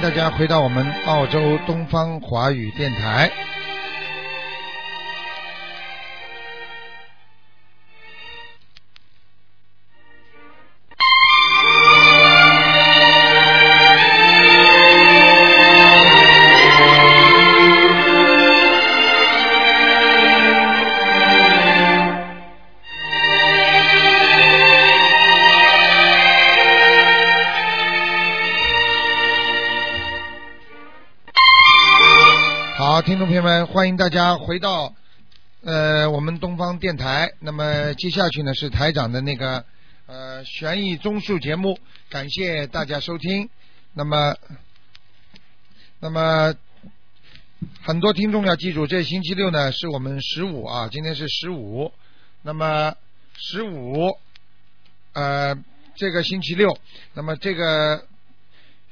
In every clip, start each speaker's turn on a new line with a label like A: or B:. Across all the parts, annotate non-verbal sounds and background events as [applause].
A: 大家回到我们澳洲东方华语电台。好，听众朋友们，欢迎大家回到呃我们东方电台。那么接下去呢是台长的那个呃悬疑综述节目，感谢大家收听。那么，那么很多听众要记住，这星期六呢是我们十五啊，今天是十五。那么十五，呃，这个星期六，那么这个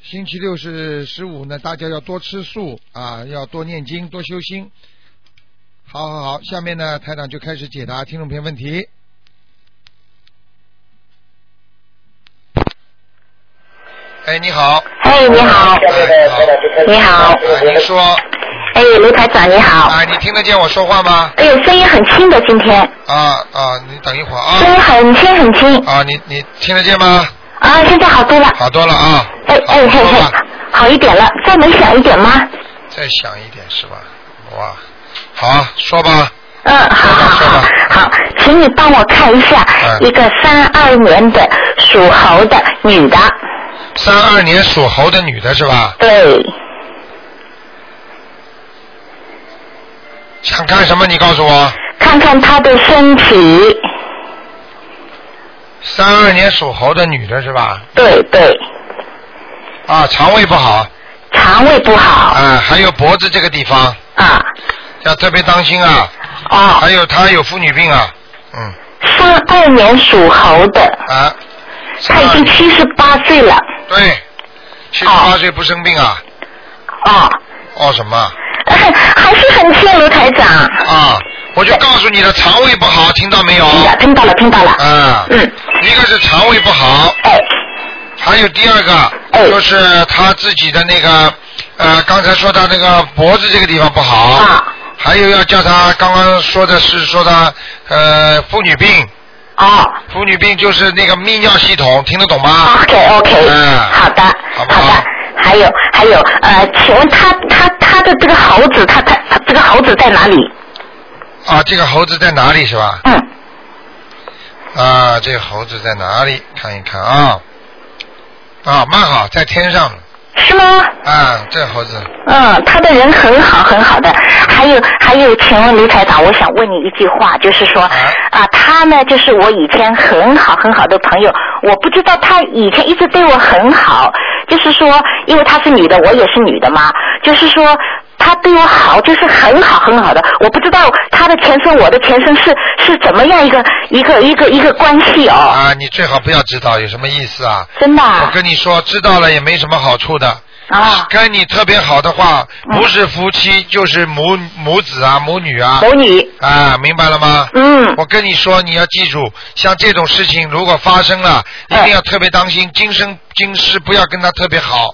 A: 星期六是十五呢，大家要多吃素啊，要多念经，多修心。好好好，下面呢，台长就开始解答听众朋友问题。哎，你好，
B: 哎，你好，
A: 哎
B: 你好，
A: 啊，您说，
B: 哎，卢台长你好，
A: 啊，你听得见我说话吗？
B: 哎呦，声音很轻的，今天
A: 啊啊，你等一会儿
B: 声
A: 啊
B: 音很轻很轻
A: 啊，你你听得见吗？
B: 啊，现在好多了，
A: 好多了啊，
B: 哎
A: 好
B: 哎嘿
A: 说吧
B: 嘿，好一点了，再能响一点吗？
A: 再响一点是吧？哇，好，说吧，
B: 嗯，好好好哎好，请你帮我看一下
A: 嗯
B: 一个三二年的属猴的女的，
A: 三二年属猴的女的是吧？
B: 对，
A: 想看什么？你告诉我。
B: 看看她的身体，
A: 三二年属猴的女的是吧？
B: 对对，
A: 啊，肠胃不好，
B: 肠胃不好
A: 啊，还有脖子这个地方
B: 啊，
A: 要特别当心啊，
B: 哦，
A: 还有她有妇女病啊，嗯，
B: 三二年属猴的，
A: 啊，
B: 她已经
A: 32
B: 七十八岁了， [laughs]
A: 对，七十八岁不生病啊，
B: 哦。
A: 哦什么啊
B: 还是很欠卢台长。
A: 啊？我就告诉你了，肠胃不好，听到没有？
B: 听到哎听到了，听到了。
A: 啊，
B: 嗯，
A: 一个是肠胃不好，
B: 哎，
A: 还有第二个
B: 哎
A: 就是他自己的那个，呃，刚才说他那个脖子这个地方不好，
B: 啊，
A: 还有要叫他刚刚说的是说他呃妇女病，
B: 哦
A: 妇女病就是那个泌尿系统，听得懂吗？
B: ，OK OK，
A: 嗯
B: 好的，
A: 好
B: 好
A: 不好
B: 的。还有还有，呃，请问他他他的这个猴子，他他他这个猴子在哪里？
A: 啊，这个猴子在哪里是吧？
B: 嗯，
A: 啊，这个猴子在哪里？看一看啊，啊，蛮好，在天上
B: 是吗？
A: 啊，这猴子
B: 嗯，他的人很好，很好的。还有还有，请问卢台长，我想问你一句话，就是说
A: 哎
B: 啊，他呢，就是我以前很好很好的朋友，我不知道他以前一直对我很好，就是说，因为他是女的，我也是女的嘛，就是说。他对我好，就是很好很好的。我不知道他的前生，我的前生是是怎么样一个一个一个一个关系哦，
A: 啊，你最好不要知道，有什么意思啊？
B: 真的
A: 我
B: 啊
A: 跟你说，知道了也没什么好处的。
B: 啊，
A: 跟你特别好的话，
B: 嗯
A: 不是夫妻就是母母子啊、母女啊，
B: 母女，
A: 啊，明白了吗？
B: 嗯，
A: 我跟你说，你要记住，像这种事情如果发生了，
B: 哎
A: 一定要特别当心，今生今世不要跟他特别好，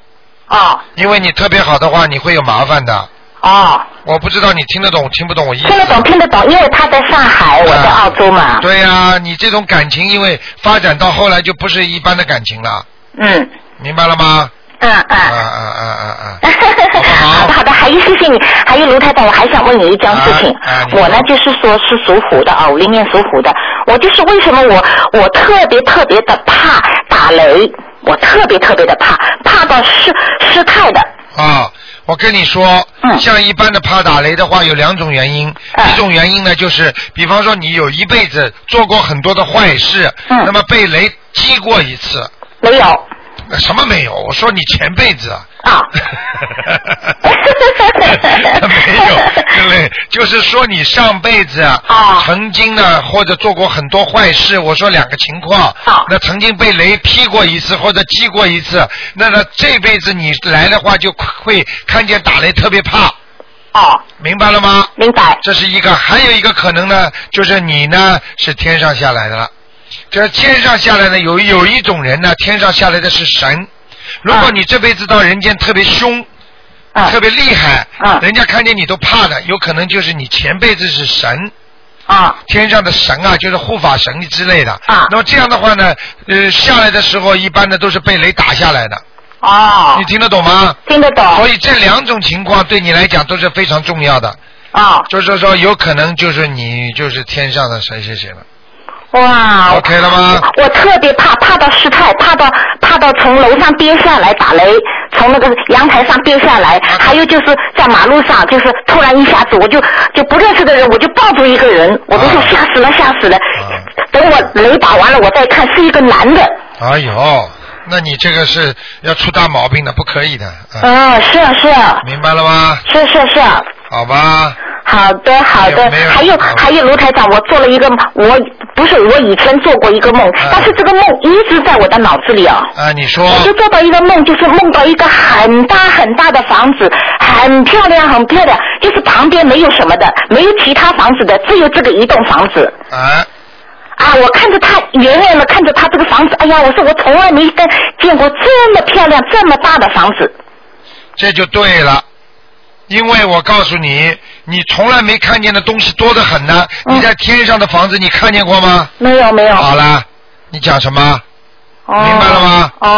B: 哦
A: 因为你特别好的话，你会有麻烦的。
B: 哦，
A: 我不知道你听得懂听不懂我意思？
B: 听得懂听得懂，因为他在上海，我在
A: 啊
B: 澳洲嘛，
A: 对呀、你这种感情，因为发展到后来就不是一般的感情了，
B: 嗯。
A: 明白了吗？
B: 嗯
A: 啊
B: 嗯。
A: 啊啊啊啊！好不好
B: 好的好的，还有谢谢你，还有卢太太，我还想问你一件事情，
A: 啊啊你说
B: 我呢就是说是属虎的啊，五零年属虎的，我就是为什么我我特别特别的怕打雷，我特别特别的怕，怕到失失态的，
A: 啊，我跟你说，
B: 嗯
A: 像一般的怕打雷的话，有两种原因。
B: 哎
A: 一种原因呢，就是比方说你有一辈子做过很多的坏事，
B: 嗯
A: 那么被雷击过一次，
B: 没有
A: 那什么没有？我说你前辈子啊。，
B: 啊
A: [laughs] 没有，对雷，就是说你上辈子啊
B: 啊
A: 曾经呢，或者做过很多坏事。我说两个情况，
B: 啊
A: 那曾经被雷劈过一次或者击过一次，那呢这辈子你来的话就会看见打雷特别怕，
B: 哦，
A: 明白了吗？
B: 明白，
A: 这是一个，还有一个可能呢，就是你呢是天上下来的了。这天上下来的有有一种人呢，天上下来的是神，如果你这辈子到人间特别凶，
B: 啊
A: 特别厉害，
B: 嗯
A: 人家看见你都怕的，有可能就是你前辈子是神，
B: 啊
A: 天上的神啊，就是护法神之类的。
B: 啊
A: 那么这样的话呢，呃，下来的时候一般的都是被雷打下来的，
B: 哦
A: 你，听得懂吗？
B: 听得懂
A: 所以这两种情况对你来讲都是非常重要的，
B: 哦，
A: 就是说有可能就是你就是天上的谁谁谁了
B: 哇
A: ，OK 了吗？
B: 我特别怕，怕到失态，怕到怕到从楼上跌下来打雷，从那个阳台上跌下来，还有就是在马路上，就是突然一下子，我就就不认识的人，我就抱住一个人，我都说
A: 啊
B: 吓死了，吓死了。
A: 啊
B: 等我雷打完了，我再看是一个男的。
A: 哎呦，那你这个是要出大毛病的，不可以的，啊，
B: 嗯，是啊，是啊，
A: 明白了吗？
B: 是是是啊。
A: 好吧，
B: 好的，好的
A: 没有没有。
B: 还有
A: 好
B: 还有，卢台长，我做了一个，我不是我以前做过一个梦，
A: 啊
B: 但是这个梦一直在我的脑子里啊。
A: 啊，你说，
B: 我就做到一个梦，就是梦到一个很大很大的房子，很漂亮很漂亮，就是旁边没有什么的，没有其他房子的，只有这个一栋房子。
A: 啊，
B: 啊，我看着它，远远的看着它这个房子，哎呀，我说我从来没跟见过这么漂亮、这么大的房子。
A: 这就对了。因为我告诉你，你从来没看见的东西多得很呢。
B: 嗯
A: 你在天上的房子你看见过吗？
B: 没有没有，
A: 好啦，你讲什么？
B: 哦、
A: 明白了吗
B: 哦，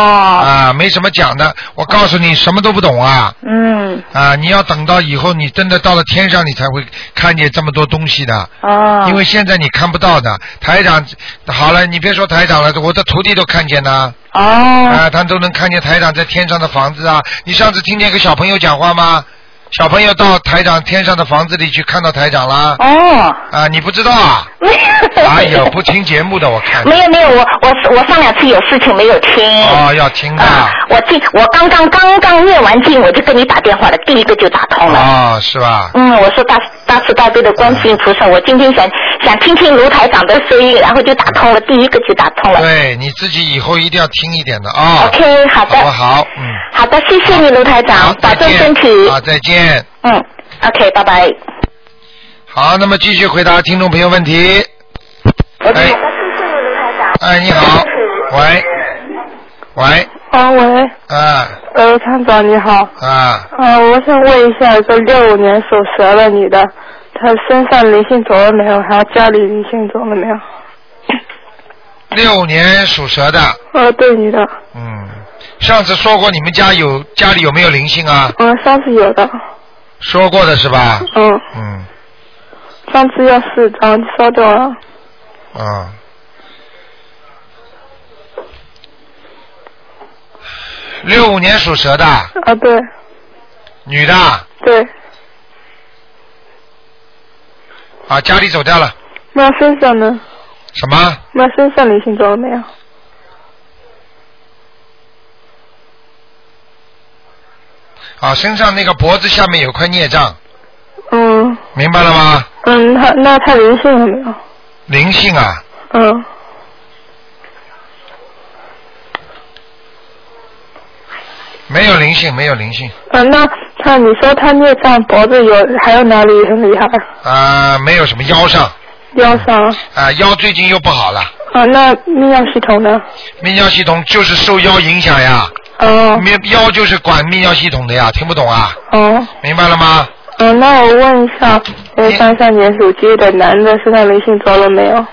A: 啊，没什么讲的。我告诉你，什么都不懂啊！
B: 嗯，
A: 啊，你要等到以后你真的到了天上，你才会看见这么多东西的。
B: 哦，
A: 因为现在你看不到的，台长，好了，你别说台长了，我的徒弟都看见呢，
B: 哦、
A: 啊，他都能看见台长在天上的房子啊。你上次听见一个小朋友讲话吗？小朋友到台长天上的房子里去看到台长了，
B: 哦，
A: 啊，你不知道啊？
B: 没有，
A: 哎呦，不听节目的我看，
B: 没有没有，我我我上两次有事情没有听。
A: 哦，要听的，
B: 啊，我进，我刚刚刚刚念完经，我就跟你打电话了，第一个就打通了。
A: 哦，是吧？
B: 嗯，我说大大慈大悲的观世音菩萨，我今天想想听听卢台长的声音，然后就打通了，第一个就打通了。
A: 对，你自己以后一定要听一点的啊。
B: OK，好的，
A: 好不好？嗯。
B: 好的，谢谢你卢台
A: 好
B: 长，，保
A: 再
B: 重
A: 见
B: 身体。
A: 好，再见。
B: 嗯，OK，拜拜。
A: 好，那么继续回答听众朋友问题。哎，哎，你好，喂，喂，
C: 啊喂，
A: 啊
C: 呃，团长你好，
A: 啊，
C: 呃，我想问一下，一个六五年属蛇的女的，她身上灵性走了没有？还有家里灵性走了没有？
A: 六年属蛇的，
D: 哦
C: 呃，对，女的，
A: 嗯，上次说过你们家有家里有没有灵性啊？
D: 哦
C: 嗯、上次有的，
A: 说过的是吧？
C: 嗯，
A: 嗯，
C: 上次要四张，你稍等啊，
A: 啊。六五年属蛇的
C: 啊，对，
A: 女的啊，
C: 对，
A: 啊家里走掉了，
C: 那身上呢？
A: 什么？
C: 那身上灵性走了没有？
A: 啊，身上那个脖子下面有块孽障，
C: 嗯
A: 明白了吗？
C: 嗯，她那她灵性了没有？
A: 灵性啊，
C: 嗯，
A: 没有灵性，没有灵性
C: 嗯、那她你说她孽障脖子有，还有哪里很厉害？
A: 啊、没有什么腰上啊、
C: 腰上啊、
A: 腰最近又不好了，
C: 那泌尿系统呢？
A: 泌尿系统就是受腰影响呀，
C: 哦、
A: 泌腰就是管泌尿系统的呀，听不懂啊？
C: 哦，
A: 明白了吗？
C: 嗯，那我问一下，呃，三三年属鸡的男的身上灵性走了没有？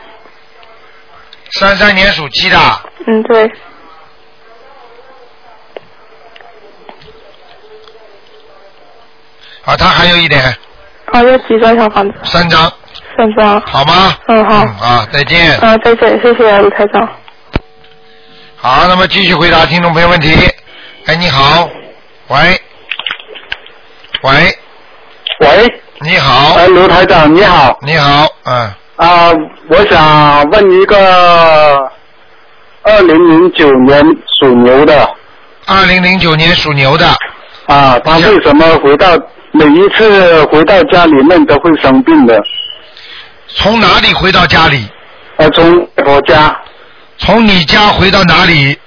A: 三三年属鸡的，
C: 嗯，对，
A: 啊，他还有一点
C: 啊，要几张小房子？
A: 三张，
C: 三张。
A: 好吗？
C: 嗯好
A: 嗯啊，再见。
C: 啊，再见，谢谢卢台长。
A: 好，那么继续回答听众朋友问题。哎，你好，喂，喂，
E: 喂，
A: 你好，
E: 呃，卢台长你好
A: 你好，嗯，
E: 啊、我想问一个二零零九年属牛的
A: 二零零九年属牛的，
E: 啊，他为什么回到每一次回到家里面都会生病的？
A: 从哪里回到家里？
E: 啊，从我家
A: 从你家回到哪里？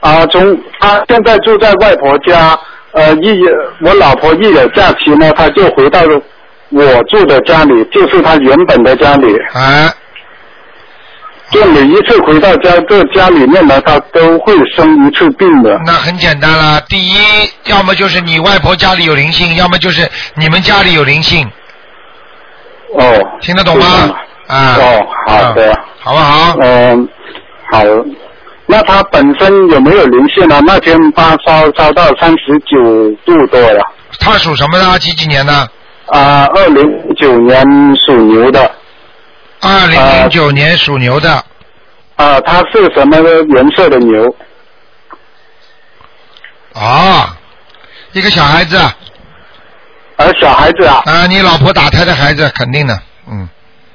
E: 啊，从他现在住在外婆家，呃，一有我老婆一有假期呢，他就回到
A: 啊
E: 我住的家里，就是他原本的家里，
A: 哎，
E: 就每一次回到家，这家里面呢，他都会生一次病的。
A: 那啊很简单啦，第一，要么就是你外婆家里有灵性，要么就是你们家里有灵性，
E: 哦，
A: 听得懂
E: 是
A: 吗
E: 吗？
A: 啊，
E: 哦，好的，
A: 啊好不好？
E: 嗯，好。那他本身有没有灵性呢？那天发烧烧到三十九度多了，
A: 他属什么的？几几年的？
E: 啊、2二零九年属牛的，
A: 二零零九年属牛的，
E: 啊、他是什么颜色的牛？
A: 哦，一个小孩子啊，
E: 而小孩子啊，
A: 你老婆打胎的孩子，肯定的，嗯，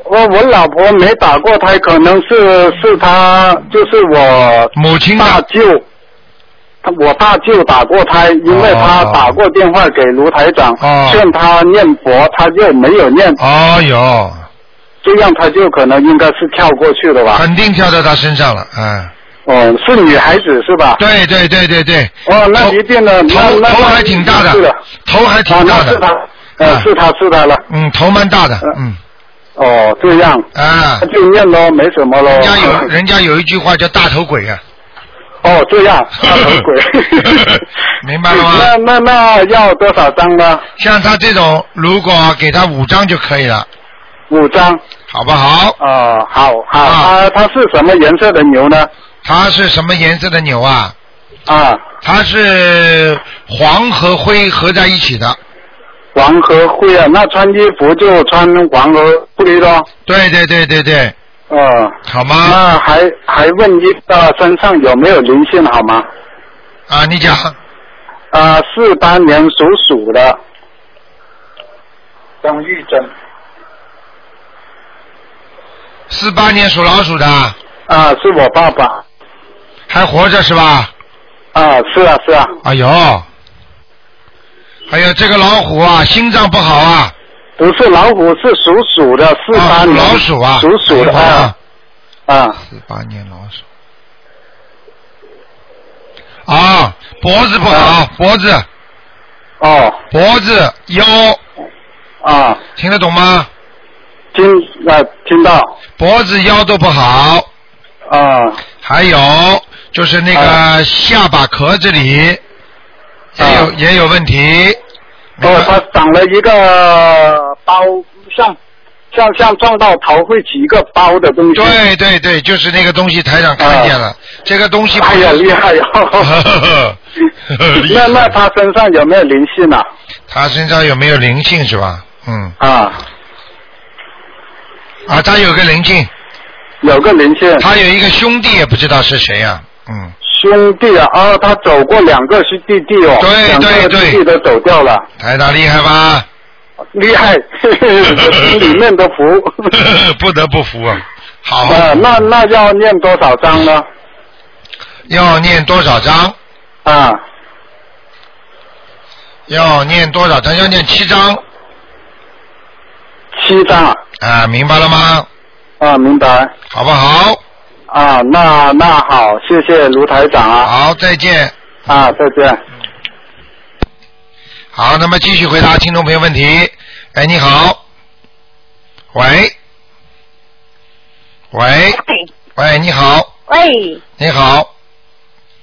E: 我我老婆没打过胎，可能是是她，就是我
A: 母亲
E: 大
A: 的，
E: 舅，他我大舅打过胎，因为
A: 哦
E: 他打过电话给卢台长，
A: 哦
E: 劝他念佛，他又没有念，
A: 哦哟，
E: 这样他就可能应该是跳过去的吧。
A: 肯定跳到他身上了，嗯，
E: 哦，是女孩子是吧？
A: 对对对对对，
E: 哦，那
A: 头
E: 一定的，那
A: 头
E: 那
A: 头还挺大
E: 是的
A: 的，头还
E: 啊那
A: 挺，大
E: 是
A: 的，
E: 他，呃，
A: 嗯
E: 是他是他了。呃
A: 嗯，头蛮大的，嗯，
E: 哦，这样
A: 啊
E: 那，就念咯，没什么咯。
A: 人家有人家有一句话叫大头鬼啊，。
E: [laughs] 哦，这样，那很鬼
A: [laughs] 明白了吗
E: [laughs] 那那那要多少张呢？
A: 像他这种，如果给他五张就可以了，
E: 五张。
A: 好不好？
E: 哦，好好，
A: 啊
E: 它它是什么颜色的牛呢？
A: 它是什么颜色的牛啊？
E: 啊，
A: 它是黄和灰合在一起的。
E: 黄和灰啊，那穿衣服就穿黄和灰咯。
A: 对对对对对，
E: 哦，
A: 好吗？
E: 那还还问一下身上有没有灵性好吗？
A: 啊，你讲
E: 啊，四八年属鼠的。张玉珍。
A: 四八年属老鼠的
E: 啊，是我爸爸。
A: 还活着是吧？
E: 啊，是啊，是啊。
A: 哎呦，哎呦，这个老虎啊，心脏不好啊，
E: 不是老虎，是属鼠的，四八
A: 啊
E: 年、
A: 老鼠啊，
E: 属鼠的
A: 哎呦
E: 啊啊，
A: 四八年老鼠。啊，脖子不好，
E: 啊
A: 脖子、
E: 哦
A: 脖子、腰，
E: 啊，
A: 听得懂吗？
E: 听啊听到
A: 脖子、腰都不好，
E: 啊
A: 还有就是那个
E: 啊
A: 下巴壳这里、也有
E: 啊
A: 也有问题。
E: 哦，他长了一个包，像像像撞到头会起一个包的东西。
A: 对对对，就是那个东西，台长看见了，
E: 啊
A: 这个东西不
E: 哎
A: 是。
E: 呀，厉害
A: [laughs]
E: 呀！ [laughs] 那那他身上有没有灵性啊？
A: 他身上有没有灵性是吧？嗯，
E: 啊，
A: 啊，他有个灵性，
E: 有个灵性，
A: 他有一个兄弟，也不知道是谁呀、嗯，
E: 兄弟啊，哦，他走过两个是弟弟哦，
A: 对
E: 两
A: 对
E: 个
A: 对
E: 弟弟都走掉了，
A: 台长厉害吧？
E: 厉害，我心里面都服。
A: [laughs] 不得不服啊。好，
E: 呃，那那要念多少章呢？
A: 要念多少章？
E: 啊，
A: 要念多少章？要念七章
E: 七章啊，
A: 啊，明白了吗？
E: 啊，明白
A: 好不好？
E: 啊，那那好，谢谢卢台长啊，
A: 好，再见。
E: 啊，再见。
A: 好，那么继续回答听众朋友问题。哎，你好，喂，喂，喂，你好，
F: 喂，
A: 你好，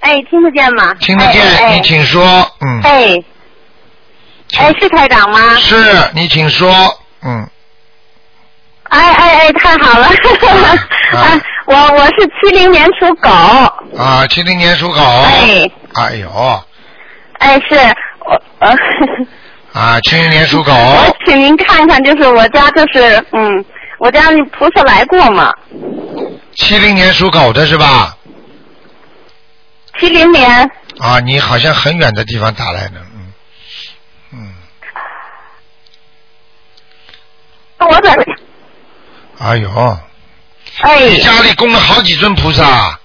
F: 哎，听得见吗？
A: 听得见，
F: 哎
A: 你请说，嗯，
F: 哎哎
A: 请
F: 哎，是台长吗？
A: 是你请说，嗯，
F: 哎哎哎，太好了！
A: 啊
F: [laughs] 啊，我我是七零年属狗，
A: 啊，七零年属狗，
F: 哎
A: 哎呦，
F: 哎是，我呃， [laughs]
A: 啊，七零年属狗，
F: 我请您看看，就是我家就是嗯，我家那菩萨来过嘛，
A: 七零年属狗的是吧？
F: 七零年，
A: 啊，你好像很远的地方打来的，嗯，嗯，
F: 我在
A: 哎呦，
F: 哎
A: 你家里供了好几尊菩萨，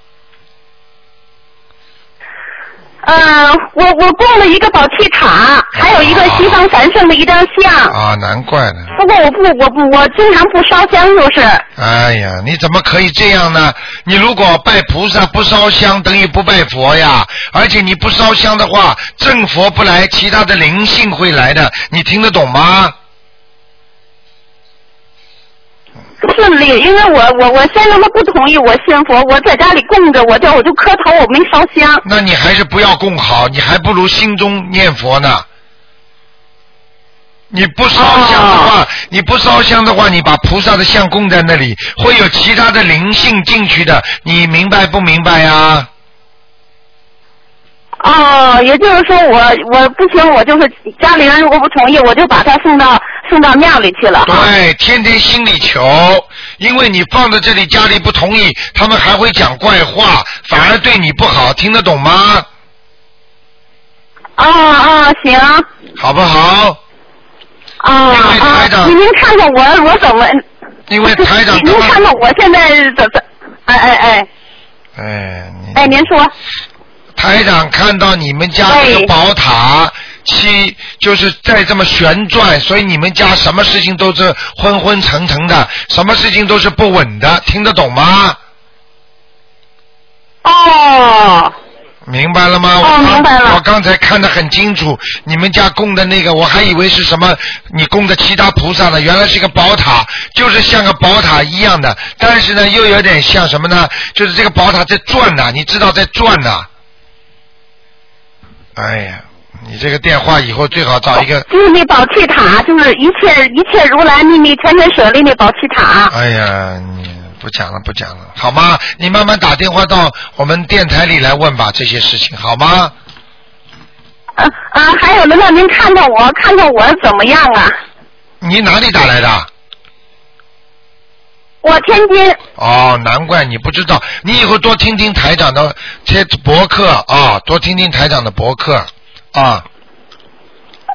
F: 呃，我我供了一个宝器塔，还有一个西方神圣的一张像。
A: 啊，难怪呢。
F: 不过我不我不我经常不烧香就是，
A: 哎呀，你怎么可以这样呢？你如果拜菩萨不烧香，等于不拜佛呀。而且你不烧香的话，正佛不来，其他的灵性会来的。你听得懂吗？
E: 顺利，因为我我我先生他不同意我信佛，我在家里供着，我就我就磕头，我没烧香。
A: 那你还是不要供好，你还不如心中念佛呢。你不烧香的话，你不烧香的话，你把菩萨的像供在那里，会有其他的灵性进去的，你明白不明白啊呀、
E: 哦，也就是说我我不行，我就是家里人如果不同意，我就把他送到送到庙里去了。
A: 对，天天心里求，因为你放在这里，家里不同意，他们还会讲怪话，反而对你不好，听得懂吗？
E: 啊啊，行啊
A: 好不好？台
E: 啊！
A: 长
E: 您您看看我我怎么？
A: 因为台长
E: [laughs] 您看看我现在怎怎？哎哎哎
A: 哎，你
E: 哎，您说
A: 台长看到你们家这个宝塔七就是在这么旋转，所以你们家什么事情都是昏昏沉沉的，什么事情都是不稳的，听得懂吗？
E: 哦。
A: 明白了吗？
E: 哦
A: 我刚
E: 明白了
A: 我刚才看得很清楚，你们家供的那个，我还以为是什么你供的其他菩萨呢，原来是一个宝塔，就是像个宝塔一样的，但是呢，又有点像什么呢？就是这个宝塔在转呐、你知道在转呐、哎呀，你这个电话以后最好找一个，
E: 就是那宝气塔，就是一切一切如来秘密全全舍利那宝气塔。
A: 哎呀，你不讲了不讲了，好吗？你慢慢打电话到我们电台里来问吧，这些事情好吗？
E: 啊啊，还有轮到您看看我，看看我怎么样啊？
A: 你哪里打来的？
E: 我天津
A: 哦，难怪你不知道，你以后多听听台长的这博客啊，多听听台长的博客啊。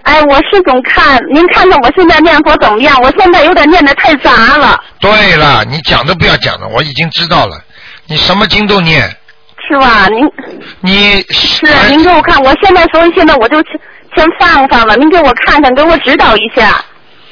E: 哎，我是总看，您看看我现在念佛怎么样？我现在有点念的太杂了，
A: 对了，你讲都不要讲了，我已经知道了，你什么经都念，
E: 是吧？您
A: 你
E: 是您给我看，我现在所以现在我就先先放放了，您给我看看，给我指导一下，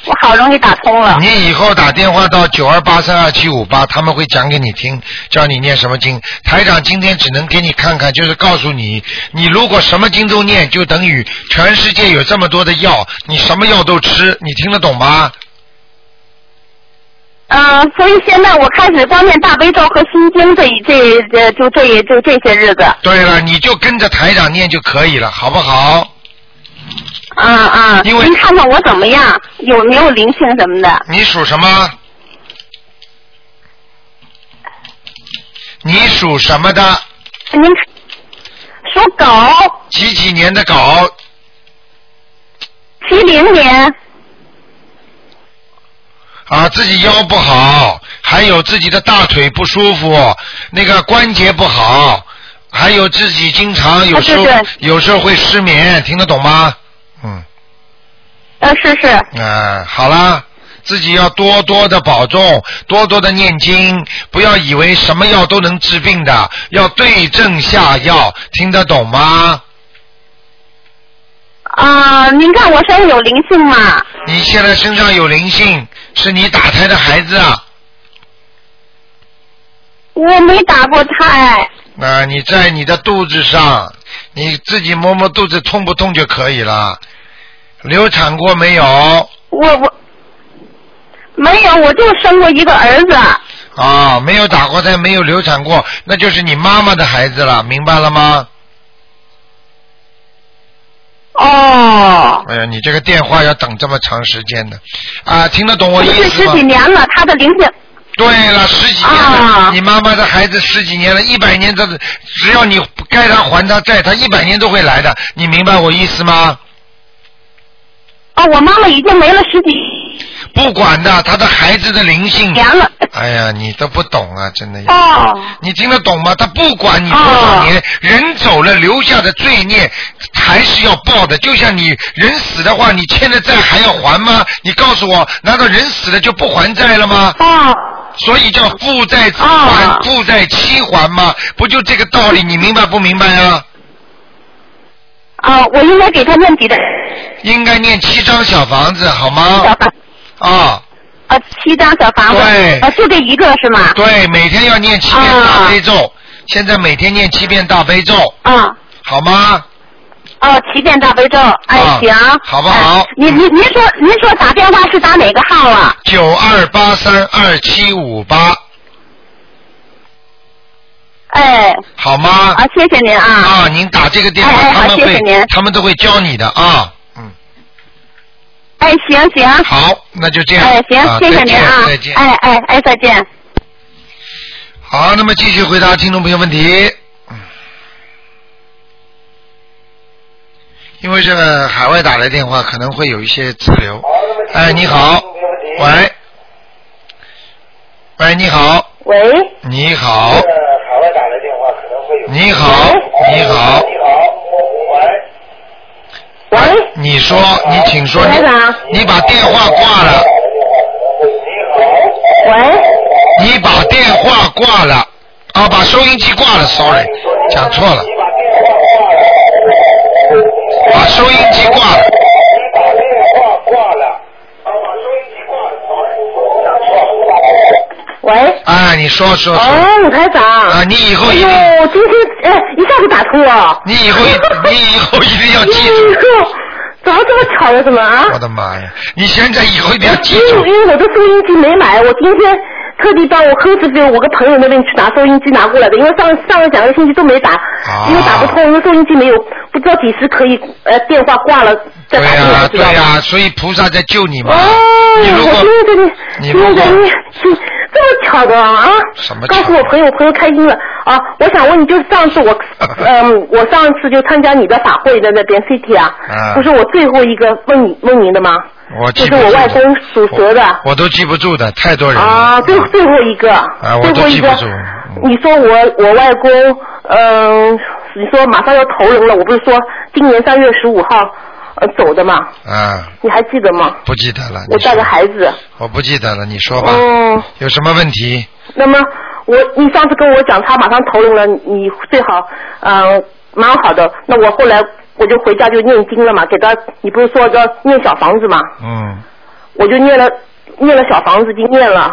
E: 我好容易打通了。
A: 你以后打电话到九二八三二七五八，他们会讲给你听，叫你念什么经。台长今天只能给你看看，就是告诉你，你如果什么经都念，就等于全世界有这么多的药，你什么药都吃，你听得懂吗？
E: 嗯、所以现在我开始光念大悲咒和心经这一这这就这就这些日子。
A: 对了，你就跟着台长念就可以了，好不好？
E: 啊啊，
A: 因为
E: 您看看我怎么样，有没有灵性什么的？
A: 你属什么？你属什么的？
E: 您看属狗，
A: 几几年的狗？
E: 七零年。
A: 啊，自己腰不好，还有自己的大腿不舒服，那个关节不好，还有自己经常有时候、
E: 啊对对
A: 有时候会失眠，听得懂吗？嗯，
E: 呃，是是，
A: 啊、好啦，自己要多多的保重，多多的念经，不要以为什么药都能治病的，要对症下药，听得懂吗？
E: 啊、您看我身上有灵性吗？
A: 你现在身上有灵性，是你打胎的孩子啊。
E: 我没打过胎。
A: 那、啊你在你的肚子上，你自己摸摸肚子痛不痛就可以了。流产过没有？
E: 我我没有，我就生过一个儿子。
A: 啊，没有打过胎，没有流产过，那就是你妈妈的孩子了，明白了吗？
E: 哦，
A: 哎呀，你这个电话要等这么长时间的，啊，听得懂我
E: 不
A: 意
E: 是
A: 思
E: 十
A: 吗？
E: 几年了，他的灵性。
A: 对了，十几年了，
E: 啊
A: 你妈妈的孩子十几年了，一百年这只要你该他还他债，他一百年都会来的，你明白我意思吗？
E: 哦，我妈妈已经没了十几
A: 不管的，他的孩子的灵性，
E: 年了。
A: 哎呀，你都不懂啊，真的。
E: 哦，
A: 你听得懂吗？他不管你多少年，人走了留下的罪孽还是要报的。就像你人死的话，你欠的债还要还吗？你告诉我，难道人死了就不还债了吗？
E: 哦，
A: 所以叫父债子
E: 啊
A: 还，父债妻还嘛，不就这个道理？你明白不明白啊？
E: 哦，我应该给他念几的
A: 应该念七张小房子，好
E: 小
A: 吗？
E: 房？
A: 啊，
F: 哦
E: 呃，七张小房子。
A: 对
E: 呃，就这一个是吗？
A: 对，每天要念七遍
E: 啊
A: 大悲咒，现在每天念七遍大悲咒，
E: 啊
A: 好吗？
E: 呃
F: 哦，七遍大悲咒，哎，
A: 啊
F: 行，
A: 好不好
F: 哎您您您说您说打电话是打哪个号啊？
A: 九二八三二七五八，
F: 哎，
A: 好吗？
F: 啊，谢谢您啊。
A: 啊，您打这个电话，
F: 哎哎好
A: 他们
F: 谢谢您
A: 会，他们都会教你的啊。嗯，
F: 哎，行行，
A: 好，那就这样。
F: 哎
A: 啊
F: 行，谢谢您啊
A: 再见，再见。
F: 哎哎哎，再见。
A: 好，那么继续回答听众朋友问题。嗯因为这个海外打来电话可能会有一些滞留。哎，你好，喂，喂，你好，
G: 喂，
A: 你好，
E: 海外打来电话可能会有。
A: 你好，你好，
G: 喂，
A: 哎你说，你请说，
G: 台
A: 你
G: 长，
A: 你把电话挂了，
G: 喂，
A: 你把电话挂了，啊，把收音机挂了，sorry，讲错了，把收音机挂了。
G: 喂，
A: 哎，你说说说
G: 哦，鲁台长，
A: 啊！你以后
G: 哎
A: 一定，
G: 呦，今天
E: 呃
G: 哎一下就打通了，
A: 你以
G: [laughs]
A: 后一，你以后一定要记
G: 哎
A: 住。
G: 呦怎么这么巧呀？怎么啊？
A: 我的妈呀！你现在以后一定要记
G: 因为
A: 住
G: 因为我的收音机没买，我今天特地到我亨氏给我个朋友那边去拿收音机拿过来的，因为上上个两个星期都没打，因为打不
A: 啊
G: 通，因为收音机没有，不知道几时可以呃电话挂了再
A: 对
G: 打进
A: 呀、
G: 来，知
A: 对
G: 道
A: 呀、
G: 吗？
A: 所以菩萨在救你嘛。
G: 哦，
A: 你如
G: 我
A: 果
G: 今天跟你，今
A: 你
G: 天
A: 如果
G: 跟你，这这么巧的啊！
A: 什么巧
G: 告诉我朋友，我朋友开心了啊！我想问你，就是上次
A: [laughs]
G: 我，嗯，我上一次就参加你的法会的那边 CT 啊，
A: 嗯
G: 不是我最后一个问你问您的吗？
A: 我记不
G: 就
A: 住
G: 是
A: 的。
G: 我外公属蛇的
A: 我，我都记不住的，太多人了。啊
G: 啊，最最后一个，
A: 我
G: 最
A: 都
G: 后
A: 记
G: 一
A: 不
G: 个
A: 住，嗯
G: 你说我我外公，嗯、你说马上要投人了，我不是说今年三月十五号呃走的吗？
A: 啊，
G: 你还记得吗？
A: 不记得了。
G: 我
A: 你说
G: 带着孩子，
A: 我不记得了，你说吧，
G: 嗯，
A: 有什么问题？
G: 那么我你上次跟我讲他马上投人了，你最好嗯、蛮好的。那我后来我就回家就念经了嘛，给他你不是说要念小房子嘛，
A: 嗯，
G: 我就念了念了小房子就念了，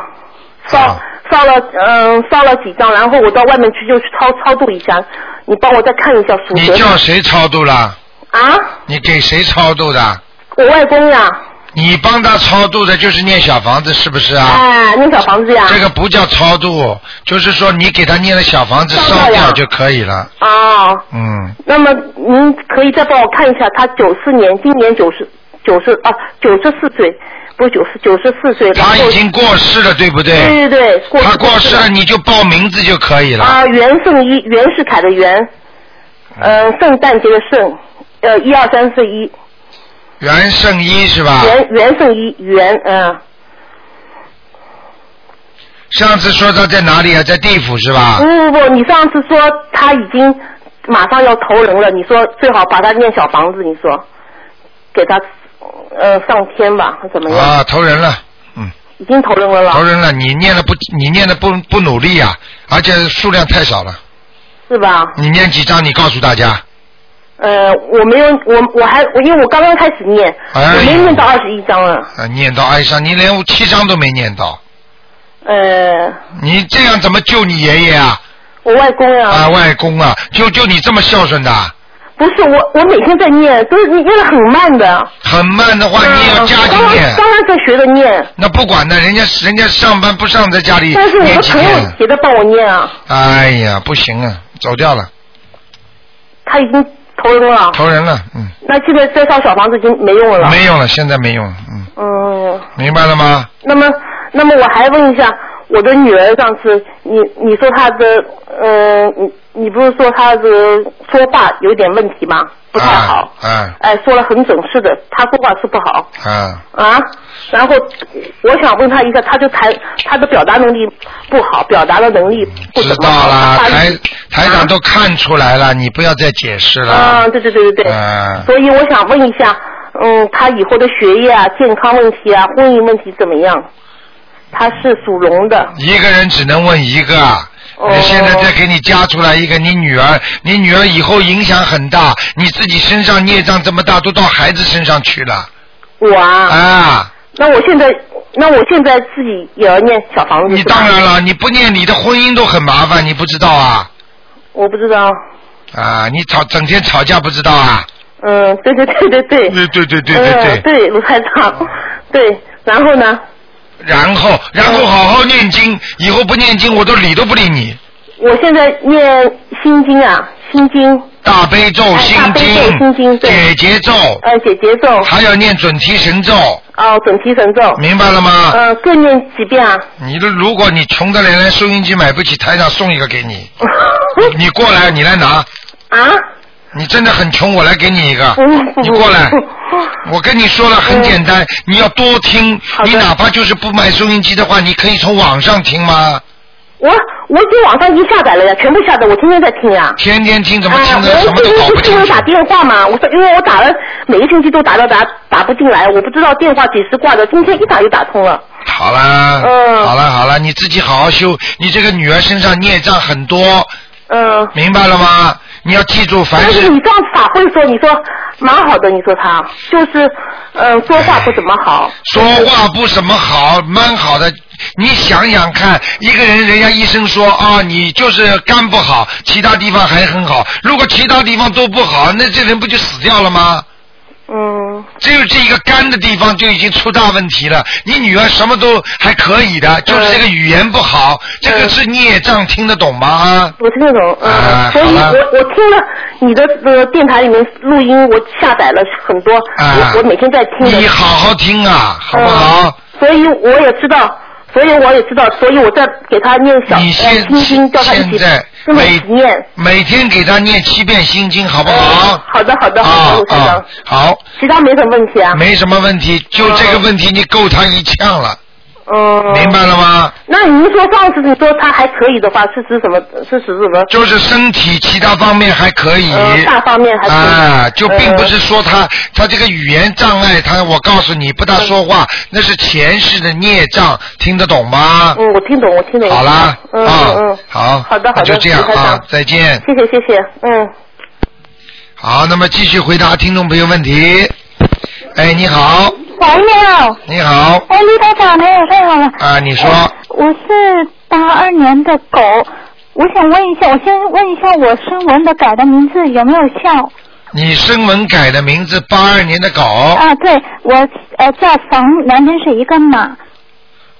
G: 烧、
A: 啊
G: 烧了嗯、烧了几张，然后我到外面去就去超超度一下，你帮我再看一下属
A: 你
G: 蛇的
A: 叫谁超度了？
G: 啊，
A: 你给谁超度的？
G: 我外公呀，
A: 你帮他超度的就是念小房子，是不是啊？
G: 哎，念小房子呀，
A: 这个不叫超度，就是说你给他念的小房子
G: 烧
A: 烧
G: 掉
A: 掉
G: 呀
A: 就可以了。
G: 啊。
A: 嗯，
G: 那么您可以再帮我看一下，他九四年，今年九十九十啊九十四岁，不是九十九十四岁，然后
A: 他已经过世了，对不对？
G: 对对对，过
A: 他过世
G: 世
A: 了，你就报名字就可以了。
G: 嗯啊，袁圣一，袁世凯的袁，
A: 嗯
G: 呃，圣诞节的圣，呃，一二三四一，
A: 袁圣一是吧？啊
G: 袁袁圣一袁，嗯、
A: 上次说他在哪里啊？在地府是吧
G: 不？不不，你上次说他已经马上要投人了，你说最好把他念小房子，你说给他呃上天吧，怎么样？
A: 啊，投人了，
G: 已经投人了
A: 投
G: 了，
A: 人了！你念的不，你念的不不努力啊，而且数量太少了。
G: 是吧？
A: 你念几张？你告诉大家。
G: 呃，我没有，我我还我因为我刚刚开始念，
A: 哎
G: 我没念到二十一章了。
A: 啊，念到哀伤，你连七张都没念到，
G: 呃，
A: 你这样怎么救你爷爷啊？
G: 我外公呀、
A: 啊，外公啊，就就你这么孝顺的啊、
G: 不是我，我每天在念，都是念的很慢的。
A: 很慢的话，你也要加
G: 嗯
A: 紧
G: 刚
A: 念
G: 刚。刚刚在学着念，
A: 那不管的，人家人家上班不上，在家里
G: 但是我
A: 念
G: 的
A: 几
G: 朋友
A: 天。
G: 也在帮我念啊，
A: 哎呀，不行啊，走掉了，
G: 他已经投人了，
A: 投人了，嗯，
G: 那现在再烧小房子已经没用了。
A: 没用了，现在没用了，嗯，
G: 嗯，
A: 明白了吗？
G: 那么那么我还问一下，我的女儿上次你你说她的呃你你不是说她的说话有点问题吗？不太好。
A: 啊
G: 哎，说了很整是的，他说话是不好
A: 啊啊！
G: 啊。然后我想问他一下，他就谈他的表达能力不好，表达的能力不怎
A: 知
G: 么
A: 道
G: 好。
A: 啦，
G: 他
A: 台台长
G: 啊
A: 都看出来了，你不要再解释
G: 啊，
A: 了。
G: 对对对对对。
A: 嗯
G: 所以我想问一下，嗯，他以后的学业啊、健康问题啊、婚姻问题怎么样？他是属龙的，
A: 一个人只能问一个啊。
G: 哦
A: 你现在再给你加出来一个你女儿，你女儿以后影响很大，你自己身上孽障这么大，都到孩子身上去了
G: 我啊，
A: 啊！
G: 那我现在那我现在自己也要念小房子。
A: 你
G: 是吧
A: 当然了，你不念你的婚姻都很麻烦，你不知道啊
G: 我不知道，
A: 啊！你吵整天吵架不知道啊？
G: 嗯，对对对对对。
A: 对对对对
G: 嗯，
A: 对对。哦
G: 对，卢台长，对，然后呢，
A: 然后，然后好好念经，以后不念经我都理都不理你。
G: 我现在念心经啊，心经，
A: 大悲咒、
G: 哎
A: 心
G: 大悲咒心经对
A: 解结咒，
G: 呃，解节奏，
A: 还要念准提神咒，
G: 哦，准提神咒，
A: 明白了吗？
G: 呃，各念几遍啊？
A: 你的如果你穷的连台收音机买不起，台长送一个给
G: [laughs]
A: 你，你过来，你来拿。
G: 啊？
A: 你真的很穷，我来给你一个
G: 嗯，
A: 你
G: [laughs]
A: 过来。我跟你说了，很简单，你要多听。
G: 哦的
A: 你哪怕就是不买收音机的话，你可以从网上听吗？
G: 我我已经网上已经下载了呀，全部下载，我天天在听呀。
A: 天天听怎
G: 啊
A: 么，听的，什
G: 我
A: 么都搞
G: 不
A: 不
G: 是
A: 清
G: 有
A: 楚
G: 打。电话嘛，我说因为我打了每个星期都打到打打不进来，我不知道电话几时挂的，今天一打就打通了。
A: 好啦，
G: [laughs] 嗯
A: 好啦，好啦，你自己好好修。你这个女儿身上孽障很多，
G: 嗯，
A: 明白了吗？你要记住，凡
G: 但
A: 是
G: 是你上次法会说，你说蛮好的，你说他就是嗯、说话不怎么好，
A: 说话不怎么好，蛮好的。你想想看，一个人，人家医生说啊，你就是肝不好，其他地方还很好。如果其他地方都不好，那这人不就死掉了吗？
G: 嗯
A: 只有这一个肝的地方就已经出大问题了。你女儿什么都还可以的，就是这个语言不好，这个是孽障，听得懂吗？啊，
G: 我是那种嗯，
A: 啊
G: 所以
A: 好了
G: 我我听了你的呃电台里面录音，我下载了很多，
A: 啊
G: 我我每天在听的。
A: 你好好听啊，好不好？
G: 嗯所以我也知道，所以我也知道，所以我在给他念小
A: 你
G: 呃
A: 现
G: 心经，叫他一起
A: 现在
G: 跟我一起念。
A: 每天给她念七遍心经，好不好？
G: 嗯好的，好的，好
A: 啊
G: 的，我知
A: 啊
G: 道。，
A: 好，
G: 其他没什么问题啊。
A: 没什么问题，就这个问题你够他一呛了，
G: 嗯。
A: 明。白了吗？
G: 那您说上次你说他还可以的话，是指什么？是指什么？
A: 就是身体其他方面还可以，
G: 呃，大方面还是？
A: 啊，就并不
G: 呃
A: 是说他他这个语言障碍，他我告诉你，不大说话，
G: 嗯
A: 那是前世的孽障，听得懂吗？
G: 嗯，我听懂，我听懂。
A: 好啦，
G: 嗯
A: 啊
G: 嗯嗯，
A: 好，
G: 好的好的，
A: 那就这样
G: 卢台
A: 啊
G: 长，
A: 再见。
G: 谢谢谢谢，嗯。
A: 好，那么继续回答听众朋友问题。哎，你好，
H: 喂，你好，
A: 你好，
H: 哎，卢台长，哎，太好了，
A: 啊，你说，
H: 我是八二年的狗，我想问一下，我先问一下我声纹的改的名字有没有效？
A: 哦你声纹改的名字，八二年的狗。
H: 啊，对，我呃叫冯，南边水一个马，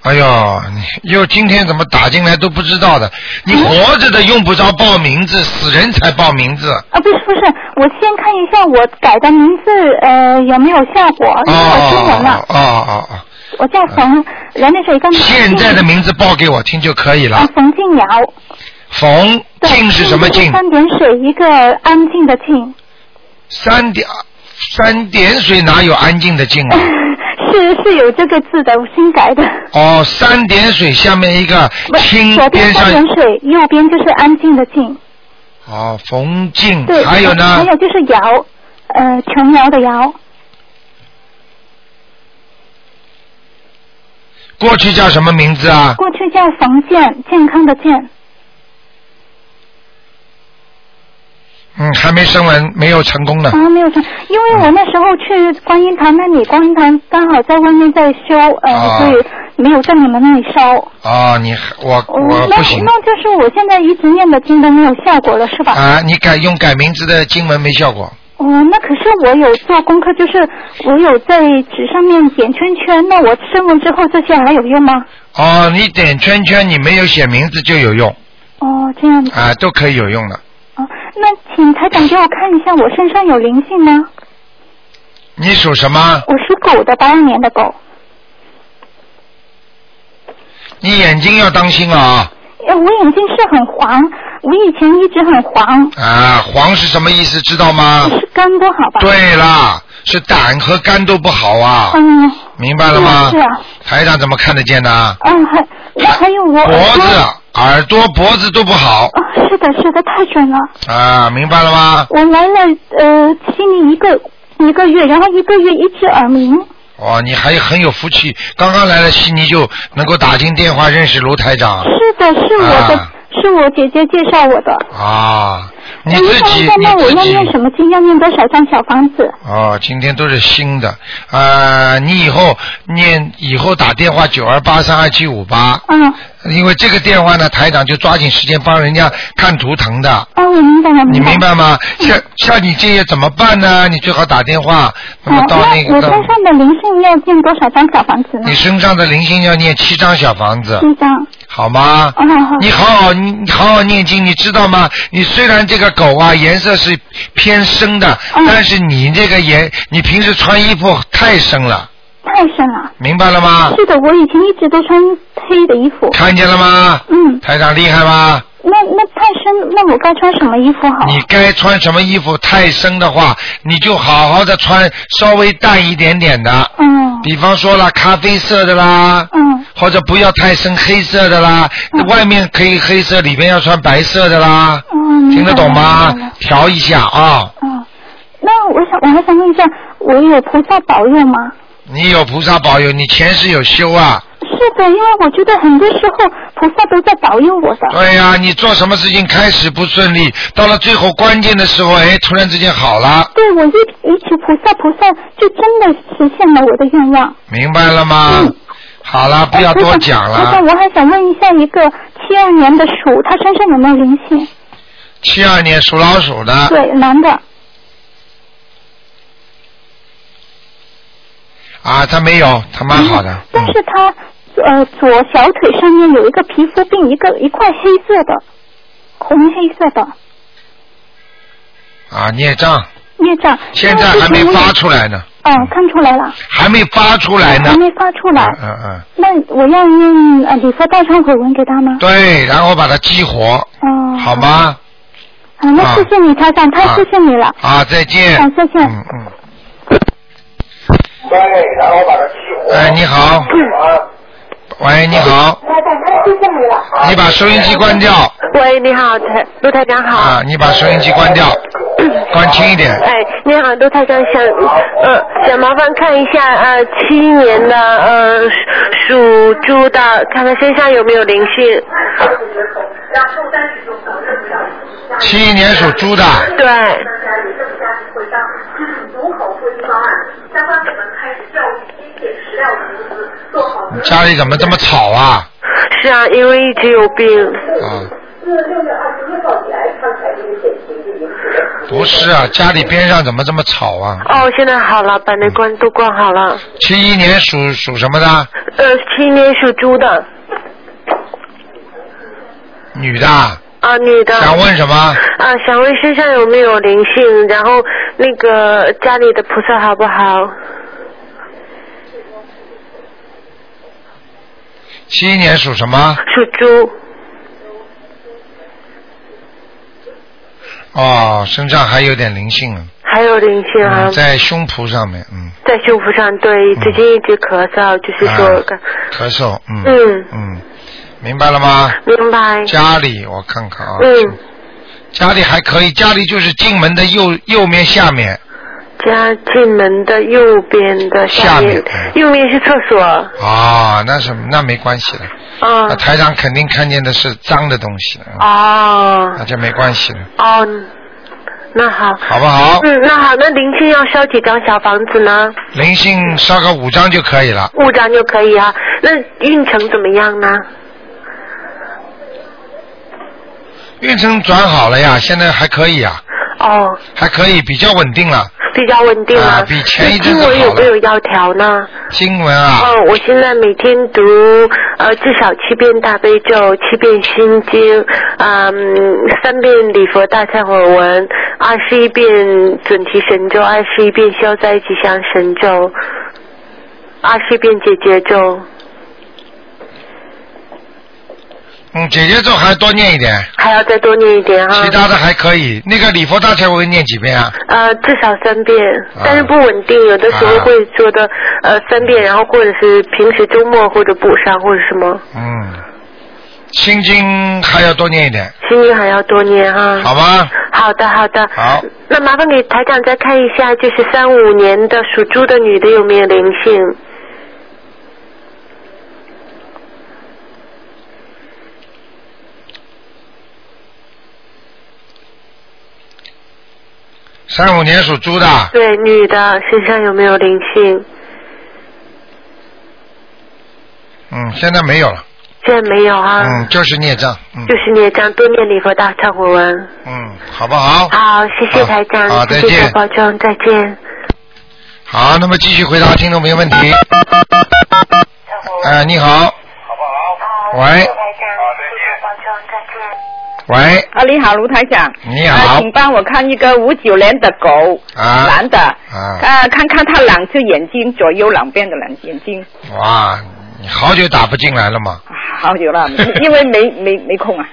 A: 哎呦，你又今天怎么打进来都不知道的？你
H: 嗯
A: 活着的用不着报名字，死人才报名字。
H: 啊，不是不是，我先看一下我改的名字呃有没有效果，因为我声纹
A: 哦
H: 了
A: 哦，哦哦！
H: 我叫冯，南边水一个马，
A: 现在的名字报给我听就可以
H: 啊
A: 了。
H: 冯静瑶，
A: 冯
H: 对
A: 静是什么
H: 静
A: 静
H: 是？三点水一个安静的静，
A: 三点三点水哪有安静的静啊？
H: [laughs] 嗯是是有这个字的，我新改的。
A: 哦，三点水下面一个
H: 不
A: 清
H: 左边
A: 边
H: 三点
A: 上
H: 水，右边就是安静的静。
A: 哦，冯静
H: 对，
A: 还有呢
H: 还？有就是瑶，呃，琼瑶的瑶，
A: 过去叫什么名字啊？
H: 过去叫冯健，健康的健。
A: 嗯，还没声纹，没有成功呢。
H: 啊，没有错，因为我那时候去观音堂那里，观音堂刚好在外面在修，呃，
A: 啊
H: 所以没有在你们那里烧。
A: 哦，你我
H: 哦
A: 我
H: 那
A: 不行。
H: 那就是我现在一直念的经都没有效果了，是吧？
A: 啊，你改用改名字的经文没效果。
H: 哦，那可是我有做功课，就是我有在纸上面点圈圈，那我升温之后这些还有用吗？
A: 哦，你点圈圈，你没有写名字就有用
H: 哦，这样子。
A: 啊，都可以有用的。
H: 哦，那请台长给我看一下，我身上有灵性吗？
A: 你属什么？
H: 我属狗的，八二年的狗。
A: 你眼睛要当心啊！
H: 呃，我眼睛是很黄，我以前一直很黄，
A: 啊，黄是什么意思？知道吗？
H: 是肝不好吧？。
A: 啊对啦，是胆和肝都不好啊，
H: 嗯，
A: 明白了吗？
H: 是啊。
A: 台长怎么看得见呢？
H: 嗯，还那还有我耳朵
A: 脖子、耳朵、脖子都不好
H: 哦，是的，是的，太准了。
A: 啊，明白了吗？
H: 我来了呃，悉尼一个一个月，然后一个月一只耳鸣。
A: 哦，你还很有福气，刚刚来了悉尼就能够打进电话认识卢台长
H: 是的，是我的，
A: 啊
H: 是我姐姐介绍我的。
A: 啊。你
H: 那
A: 自
H: 您哎
A: 己
H: 看一下，那我要
A: 你自己
H: 念什么经？要念多少张小房子？
A: 哦，今天都是新的啊、呃你以后念以后打电话九二八三二七五八，
H: 嗯，
A: 因为这个电话呢，台长就抓紧时间帮人家看图腾的。
H: 哦，我明白了，
A: 你明
H: 白。
A: 白吗？
H: 嗯
A: 像像你这些怎么办呢？你最好打电话，那么
H: 好，
A: 到那
H: 嗯那
A: 个嗯
H: 我
A: 到
H: 身上的灵性要念多少张小房子呢
A: 你？身上的灵性要念七张小房子，
H: 七张。
A: 好吗？
H: 哦，好。
A: 你好好你你好好念经，你知道吗？你虽然这个狗啊颜色是偏深的，
H: 嗯
A: 但是你这个颜，你平时穿衣服太深了，
H: 太深了。
A: 明白了吗？
H: 是的，我以前一直都穿黑的衣服。
A: 看见了吗？
H: 嗯，
A: 台长厉害吧？
H: 那那太深，那我该穿什么衣服好？
A: 你该穿什么衣服太深的话，你就好好的穿稍微淡一点点的，
H: 嗯
A: 比方说啦，咖啡色的啦，
H: 嗯
A: 或者不要太深黑色的啦，
H: 嗯
A: 外面可以黑色，里面要穿白色的啦，
H: 嗯，
A: 听得懂吗
H: 明白了？
A: 调一下啊，
H: 嗯，那我想我还想问一下，我有菩萨保佑吗？
A: 你有菩萨保佑，你前世有修啊，
H: 是的，因为我觉得很多时候菩萨都在保佑我的。
A: 对哎呀、你做什么事情开始不顺利，到了最后关键的时候，哎，突然之间好了，
H: 对，我一一求菩萨，菩萨就真的实现了我的愿望。
A: 明白了吗？好了，不要多讲
H: 嗯哎
A: 了
H: 台长。我还想问一下，一个七二年的鼠，他身上有没有灵性？
A: 七二年属老鼠的。
H: 对，男的。
A: 啊，他没有，他蛮好的
H: 嗯。但是他呃左小腿上面有一个皮肤病，一个一块黑色的，红黑色的
A: 嗯啊，孽障
H: 孽障。
A: 现在还没发出来呢，
H: 哦、看出来了。
A: 还没发出来呢
H: 还。没发出来。
A: 嗯嗯
H: 那我要念呃礼佛大忏悔文给他吗
A: 嗯，？对，然后把它激活，
H: 哦。
A: 好？吗？
H: 好，那谢谢你，台长，太谢谢你了。
A: 啊，再见。
H: 好再见
A: 嗯嗯。对，然后把它激活。哎，你好。
H: 嗯
A: 喂，你好，
H: 台长，太谢谢你了。
A: 你把收音机关掉
I: 喂，你好，台陆台长好。
A: 啊！你把收音机关
I: [coughs]
A: 掉，关轻一点。
I: 哎，你好，陆台长，想呃想麻烦看一下呃七一年的呃属猪的，看看身上有没有灵性。
A: 七一年属猪的，
I: 对，
A: 你家里怎么这么吵啊？
I: 是啊，因为一直有病。
A: 啊。不是啊，家里边上怎么这么吵啊？
I: 哦，现在好了，把那关都关好了。
A: 七一年属属什么的？
I: 呃，七一年属猪的
A: 女的啊，
I: 啊，女的。
A: 想问什么？
I: 啊，想问身上有没有灵性，然后那个家里的菩萨好不好？
A: 七一年属什么？
I: 属猪。
A: 哦，身上还有点灵性啊，
I: 还有灵性啊，
A: 嗯在胸脯上面，嗯，
I: 在胸脯上，对，最近一直咳嗽，就是说
A: 啊，
I: 感，
A: 咳嗽，嗯，
I: 嗯
A: 嗯，明白了吗？
I: 明白，
A: 家里我看看啊，
I: 嗯，
A: 家里还可以，家里就是进门的右右面下面
I: 家进门的右边的
A: 下面嗯
I: 面，右面是厕所，啊，
A: 啊，那什么那没关系的，那台长肯定看见的是脏的东西，嗯那
I: 哦，
A: 就没关系了，
I: 哦，那好，
A: 好不好？
I: 嗯，那好，那灵性要烧几张小房子呢？
A: 灵性烧个五张就可以了，
I: 五张就可以啊。那运程怎么样呢？
A: 运程转好了呀，现在还可以啊，
I: 哦，
A: 还可以，比较稳定了。
I: 比较稳定
A: 啊比前一阵
I: 经
A: 子
I: 文
A: 好
I: 有
A: 了
I: 没有要调呢？
A: 经文啊，
I: 嗯，我现在每天读呃至少七遍大悲咒，七遍心经，嗯，三遍礼佛大忏悔文，二十一遍准提神咒，二十一遍消灾吉祥神咒，二十一遍解结咒，
A: 嗯，姐姐咒还多念一点，
I: 还要再多念一点啊哈
A: 其。他的还可以。那个礼佛大忏悔文念几遍啊？
I: 呃，至少三遍
A: 啊，
I: 但是不稳定，有的时候
A: 啊
I: 会做的呃三遍，然后或者是平时周末或者补上或者什么，
A: 嗯，心经还要多念一点，
I: 心经还要多念哈。
A: 好吗？
I: 好的，好的。
A: 好。
I: 那麻烦给台长再看一下，就是三五年的属猪的女的有没有灵性？
A: 三五年属猪的，
I: 对，女的身上有没有灵性？
A: 嗯，现在没有了，
I: 现在没有啊，
A: 嗯，就是孽障，嗯
I: 就是孽障，多念礼佛大忏悔文。
A: 嗯，好不好？
I: 好，谢谢
A: 好
I: 台长，
A: 好再
I: 谢谢
A: 见
I: 保重，再见。
A: 好，那么继续回答听众朋友问题。哎、你好。喂喂，
J: 啊，你好，卢台长。
A: 你
J: 啊，
K: 哎
A: 好
J: 请帮我看一个五九年的狗，
A: 啊
J: 男的，
A: 啊，
J: 看看他两只眼睛，左右两边的两眼睛，
A: 哇，你好久打不进来了嘛？
J: 好久
A: [laughs]
J: 了，因为没没没空啊。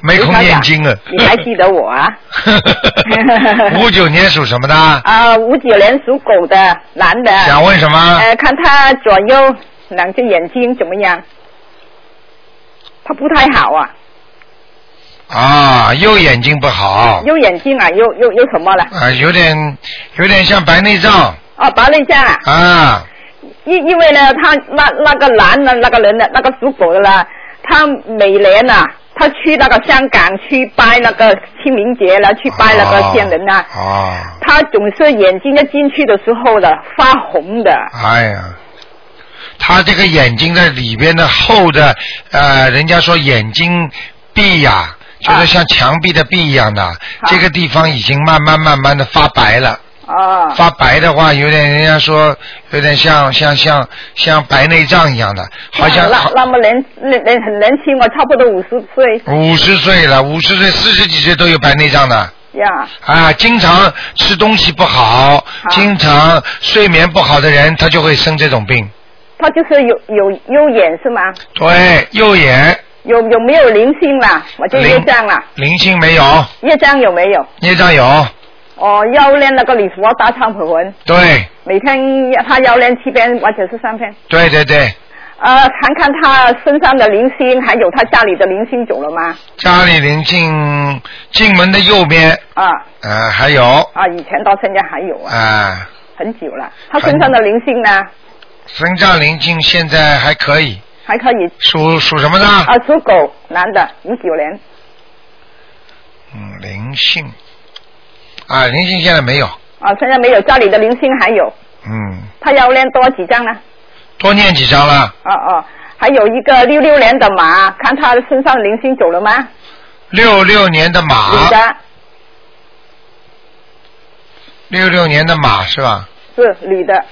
A: 没空念经了。
J: 哎你还记得我
A: [laughs]
J: 啊？ [laughs]
A: 五九年属什么的？
J: 啊，五九年属狗的男的。
A: 想问什么
J: 呃，看他左右两只眼睛怎么样？他不太好啊，
A: 啊，右眼睛不好，
J: 右眼睛啊，又又又什么了？
A: 哦啊，有点有点像白内障
J: 哦，白内障啊。
A: 啊，
J: 因因为呢，他那那个男的那个人呢，那个属狗的呢，他每年呐、啊，他去那个香港去拜那个清明节了，去拜那个先人呐、啊，
A: 啊，
J: 他总是眼睛一进去的时候呢，发红的。
A: 哎呀，他这个眼睛的里边的厚的，呃，人家说眼睛壁呀、就是像墙壁的壁一样的，这个地方已经慢慢慢慢的发白了。
J: 啊
A: 发白的话，有点人家说有点像像像像白内障一样的，好像
J: 那那么年年年很年轻，我啊差不多五十岁
A: 五十岁了，五十岁四十几岁都有白内障的
J: 呀。
A: 啊！经常吃东西不好，经常睡眠不好的人，他就会生这种病。
J: 他就是有有右眼是吗？
A: 对，右眼
J: 有有没有灵性啦？我就业
A: 灵
J: 障啦，
A: 灵性没有，
J: 业障有没有？
A: 孽障有，
J: 哦，要练那个礼佛大忏悔文，
A: 对
J: 每天他要练七遍或者是三遍。
A: 对对对，
J: 呃，看看他身上的零星，还有他家里的零星走了吗？
A: 家里灵性进门的右边，
J: 啊
A: 呃，还有
J: 啊，以前到现在还有啊，
A: 啊，
J: 很久了。他身上的零星呢，
A: 身上灵性现在还可以，
J: 还可以。
A: 属属什么呢？
J: 啊，属狗，男的，五九年。
A: 嗯，灵性啊，灵性现在没有，
J: 啊，现在没有，家里的零星还有，
A: 嗯，
J: 他要练多几张啊？
A: 多念几张了。
J: 哦、哦，还有一个六六年的马，看他身上零星走了吗？
A: 六六年的
J: 女
A: 马，
J: 的，
A: 六六年的马是吧？
J: 是女的。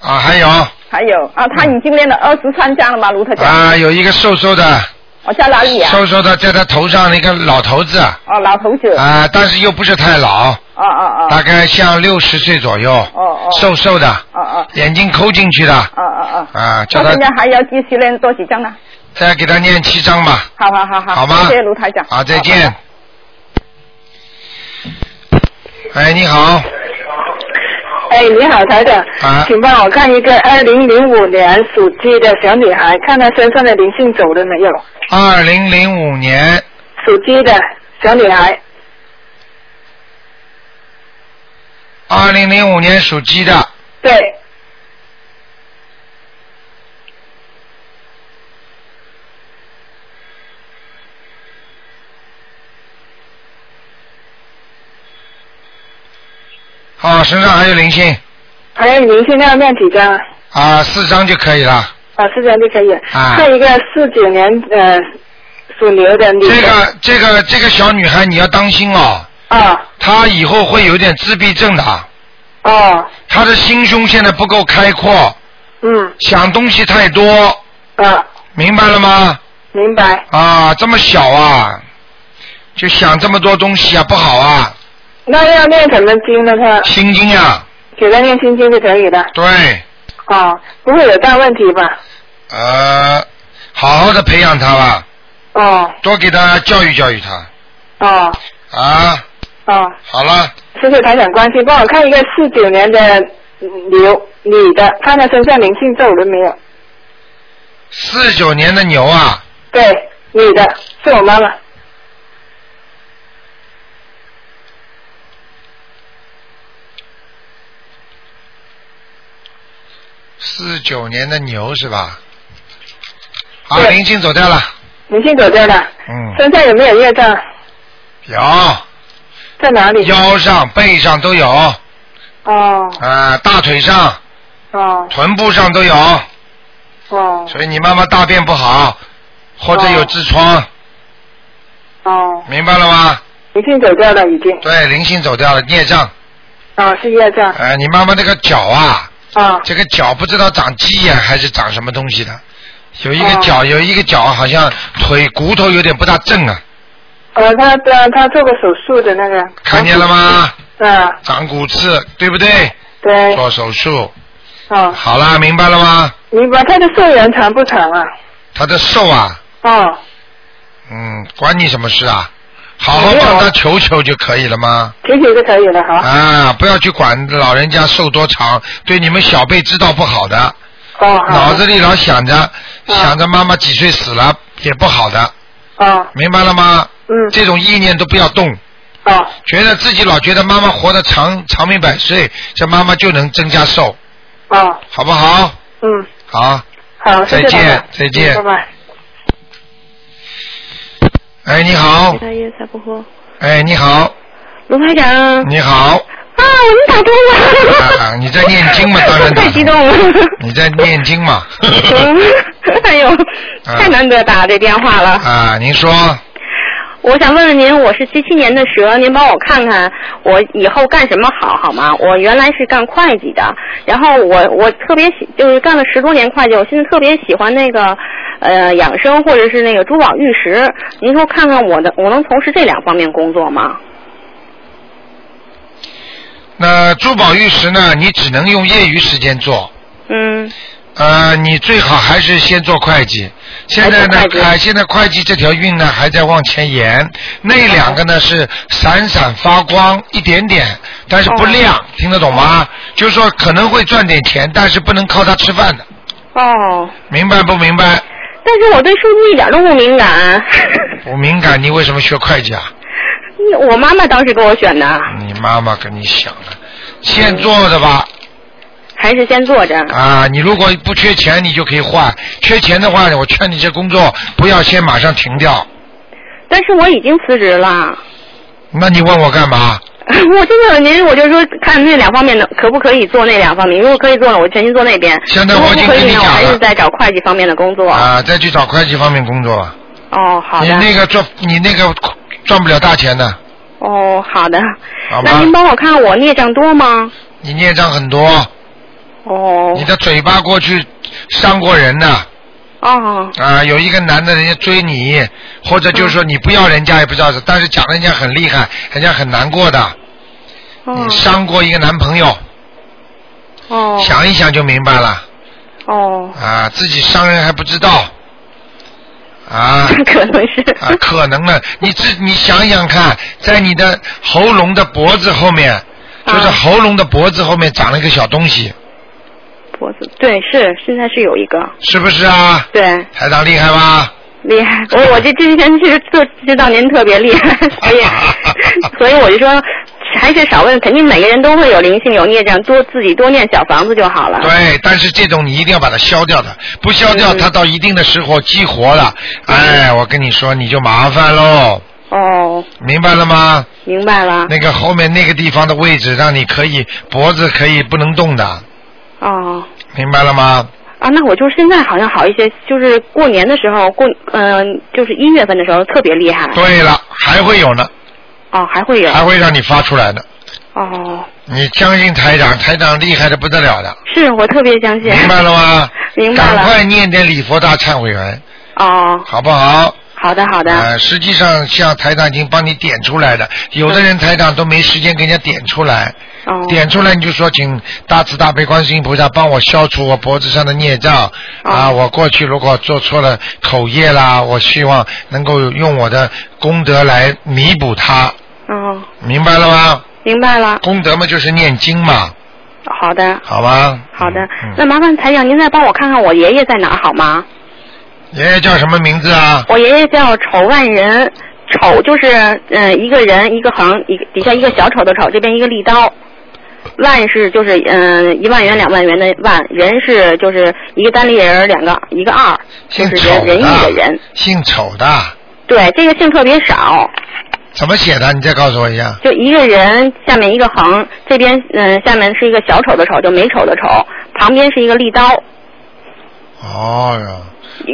A: 啊，还有
J: 还有啊，他已经练了二十三张了吗？卢特讲。
A: 啊，有一个瘦瘦的，
J: 我在哪里啊？
A: 瘦瘦的在他头上的一个老头子
J: 哦，老头
A: [laughs]
J: 子。
A: 啊，但是又不是太老，
J: 哦哦哦。
A: 大概像六十岁左右，
J: 哦哦。
A: 瘦瘦的，
J: 哦哦。
A: 眼睛抠进去的
J: 哦哦哦。
A: 啊，叫
J: 那
A: 他
J: 现在还要继续练多几张呢？
A: 再给他念七章吧。
J: 好好好好。
A: 好吗
J: 谢谢卢台长。
A: 好，再见。哎，你好，
D: 哎，你好，台长，
A: 啊
D: 请帮我看一个二零零五年属鸡的小女孩，看她身上的灵性走了没有？
A: 二零零五年
D: 属鸡的小女孩，
A: 二零零五年属鸡的，
D: 对，
A: 啊，身上还有灵性
D: 还有您现在要念几张啊？
A: 啊，四张就可以了。
D: 啊，四张就可以了。
A: 啊
D: 还有一个四九年呃属牛的女的。
A: 这个这个这个小女孩你要当心哦，
D: 啊
A: 她以后会有点自闭症的，
D: 哦
A: 她的心胸现在不够开阔，
D: 嗯
A: 想东西太多，
D: 啊，
A: 明白了吗？
D: 明白。
A: 啊，这么小啊，就想这么多东西啊，不好啊，
D: 那要念什么经呢？她
A: 心经啊，
D: 给她念心经就可以了。
A: 对，
D: 哦，不会有大问题吧？
A: 呃，好好的培养她吧，
D: 哦
A: 多给她教育教育她
D: 哦
A: 啊。
D: 哦，
A: 好了，
D: 谢谢台长关心，帮我看一个四九年的牛女的，看她身上灵性走了没有？
A: 四九年的牛啊，
D: 对，女的，是我妈妈。
A: 四九年的牛是吧？好，灵性走掉了，
D: 灵性走掉了，
A: 嗯，
D: 身上有没有业障？
A: 有
D: 在哪里？
A: 腰上、背上都有，啊、
D: 哦
A: 大腿上、
D: 哦
A: 臀部上都有，
D: 哦
A: 所以你妈妈大便不好，或者有痔疮，
D: 哦，
A: 明白了吗？
D: 灵性走掉了已经。
A: 对，灵性走掉了，孽障。
D: 啊，是业障。
A: 呃，你妈妈那个脚啊，
D: 啊
A: 这个脚不知道长鸡眼还是长什么东西的，有一个
D: 哦
A: 脚，有一个脚好像腿骨头有点不大正啊，
D: 呃，他他他做过手术的那个。
A: 看见了吗？
D: 啊，
A: 长骨刺，对不对？
D: 对，
A: 做手术，
D: 哦，
A: 好啦，明白了吗？
D: 明白。他的寿元长不长啊？
A: 他的寿啊，
D: 哦，
A: 嗯，管你什么事啊？好好帮他求求就可以了吗？
D: 九九就可以了哈。
A: 啊，不要去管老人家寿多长，对你们小辈知道不好的，
D: 哦，好。
A: 脑子里老想
D: 啊
A: 着想着妈妈几岁死了也不好的，
D: 哦，
A: 明白了吗？
D: 嗯。
A: 这种意念都不要动。
D: 哦。
A: 觉得自己老觉得妈妈活得长长命百岁，这妈妈就能增加寿，
D: 哦，
A: 好不好？
D: 嗯，
A: 好，
D: 好，谢谢
A: 再见
D: 老板
A: 再见
D: 嗯拜拜。
A: 哎，你好，
L: 大爷才不喝。
A: 哎，你好，
L: 卢排长。
A: 你好，
L: 啊，我们打通了。
A: 啊，你在念经
L: [laughs]
A: 吗？当然打
L: 太
A: 通
L: 激动了。
A: 你在念经嘛？
L: 嗯 [laughs] 哎呦，太难得打这电话了。
A: 啊，您说，
L: 我想问问您，我是七七年的蛇，您帮我看看我以后干什么好好吗？我原来是干会计的，然后我我特别喜就是干了十多年会计，我现在特别喜欢那个呃养生或者是那个珠宝玉石。您说看看我的我能从事这两方面工作吗？
A: 那珠宝玉石呢？你只能用业余时间做。
L: 嗯。
A: 呃，你最好还是先做会计。现在呢
L: 还做会，计
A: 还现在会计这条运呢还在往前延，那两个呢
L: 哦
A: 是闪闪发光一点点，但是不亮，
L: 哦
A: 听得懂吗？就是说可能会赚点钱，但是不能靠它吃饭的，
L: 哦，
A: 明白不明白？
L: 但是我对数字一点都不敏感， [laughs]
A: 不敏感，你为什么学会计啊？
L: 我妈妈当时给我选的，
A: 你妈妈跟你想的，现做的吧，
L: 还是先做着。
A: 啊，你如果不缺钱，你就可以换；缺钱的话，我劝你这工作不要先马上停掉。
L: 但是我已经辞职了。
A: 那你问我干嘛？
L: [laughs] 我就问问您，我就说看那两方面的可不可以做那两方面，如果可以做了，我全心做那边；
A: 现在
L: 如
A: 我
L: 果
A: 已经
L: 不可
A: 跟你
L: 以呢，我
A: 讲
L: 还
A: 了
L: 是在找会计方面的工作。
A: 啊，再去找会计方面工作吧。
L: 哦，好
A: 你
L: 的。
A: 那个赚，你那个赚不了大钱的，
L: 哦，好的。
A: 好
L: 那
A: 吗
L: 您？帮我看我孽障多吗？
A: 你孽障很多，
L: 哦
A: 你的嘴巴过去伤过人的。
L: 哦
A: 啊，有一个男的，人家追你，或者就是说你不要人家也不知道是，但是讲人家很厉害，人家很难过的。
L: 哦
A: 你伤过一个男朋友，
L: 哦
A: 想一想就明白了
L: 哦，
A: 啊，自己伤人还不知道啊，
L: [laughs] 可能是
A: 啊，可能呢，你自你想想看，在你的喉咙的脖子后
L: 啊
A: 面，就是喉咙的脖子后面长了一个小东西，
L: 脖子对是现在是有一个
A: 是不是啊？
L: 对
A: 台长厉害吧？
L: 厉害，我我这之前就是就知道您特别厉
A: [laughs]
L: 害，所以所以我就说还是少问，肯定每个人都会有灵性有孽障，多自己多念小房子就好了。
A: 对，但是这种你一定要把它消掉的，不消
L: 嗯
A: 掉它到一定的时候激活了，哎，我跟你说你就麻烦喽，
L: 哦，
A: 明白了吗？
L: 明白了。
A: 那个后面那个地方的位置，让你可以脖子可以不能动的，
L: 哦
A: 明白了吗？
L: 啊，那我就是现在好像好一些，就是过年的时候过，嗯、就是一月份的时候特别厉害。
A: 对了，还会有呢，
L: 哦，还会有。
A: 还会让你发出来的。
L: 哦，
A: 你相信台长，台长厉害的不得了的，
L: 是我特别相信。
A: 明白了吗？
L: 明白
A: 赶
L: 了。
A: 快念点礼佛大忏悔文，
L: 哦，
A: 好不好？
L: 好的好的。
A: 呃，实际上像台长已经帮你点出来的，有的人台长都没时间给人家点出来，
L: 哦。
A: 点出来你就说请大慈大悲观世音菩萨帮我消除我脖子上的孽障、
L: 哦
A: 啊，我过去如果做错了口业啦，我希望能够用我的功德来弥补它，
L: 哦，
A: 明白了吗？
L: 明白了。
A: 功德嘛就是念经嘛，
L: 好的
A: 好吧？
L: 好的，
A: 嗯
L: 那麻烦台长您再帮我看看我爷爷在哪儿好吗？
A: 爷爷叫什么名字啊？
L: 我爷爷叫丑万人，丑就是嗯、呃一个人一个横一个底下一个小丑的丑，这边一个利刀，万是就是嗯一万元两万元的万，人是就是一个单立人儿两个一个二，就
A: 姓
L: 是
A: 丑
L: 人人义的
A: 的啊
L: 人。，
A: 姓丑的，
L: 对，这个姓特别少，
A: 怎么写的？你再告诉我一下。
L: 就一个人下面一个横，这边嗯、下面是一个小丑的丑，就美丑的丑，旁边是一个利刀，
A: 哦哟，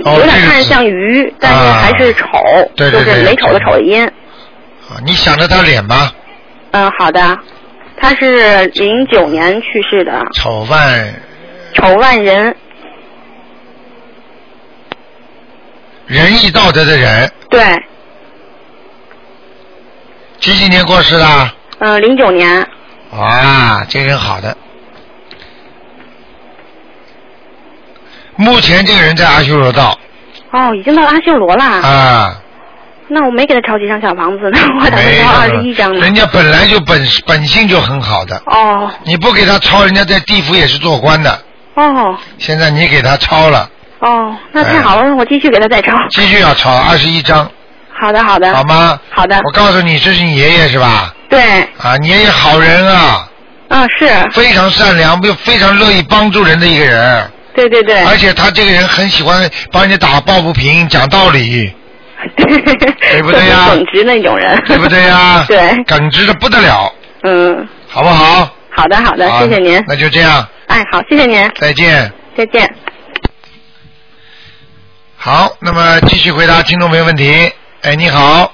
A: 哦
L: 有点看着像鱼，但是还是丑，
A: 啊对对对
L: 就是美丑的丑的音。
A: 啊你想着他脸吧，
L: 嗯，好的，他是零九年去世的，
A: 丑万
L: 丑万人，
A: 仁义道德的人，
L: 对，
A: 几几年过世的？
L: 嗯，零九年，
A: 哇，这人好的。目前这个人在阿修罗道
L: 哦，已经到阿修罗了。
A: 啊，
L: 那我没给他抄几张小房子呢， [laughs] 我打算
A: 没
L: 抄二十
A: 有
L: 一张呢。
A: 人家本来就本本性就很好的，
L: 哦
A: 你不给他抄，人家在地府也是做官的。
L: 哦
A: 现在你给他抄了，
L: 哦，那
A: 哎
L: 太好了，那我继续给他再抄。
A: 继续要抄二十一章，
L: 好的好的。
A: 好？吗？
L: 好的。
A: 我告诉你，这是你爷爷是吧？
L: 对，
A: 啊，你爷爷好人啊，
L: 嗯是，
A: 非常善良，又非常乐意帮助人的一个人。
L: 对对对。
A: 而且他这个人很喜欢帮人家打抱不平、讲道
L: [laughs]
A: 理。对不对呀、
L: 耿直那种人。
A: 对不对呀、
L: [laughs] 对，
A: 耿直的不得了，
L: 嗯，
A: 好不好？
L: 好啊的好的，
A: 好
L: 谢谢您。
A: 那就这样，
L: 哎，好，谢谢您，
A: 再见。
L: 再见。
A: 好，那么继续回答听众朋友问题。哎，你好，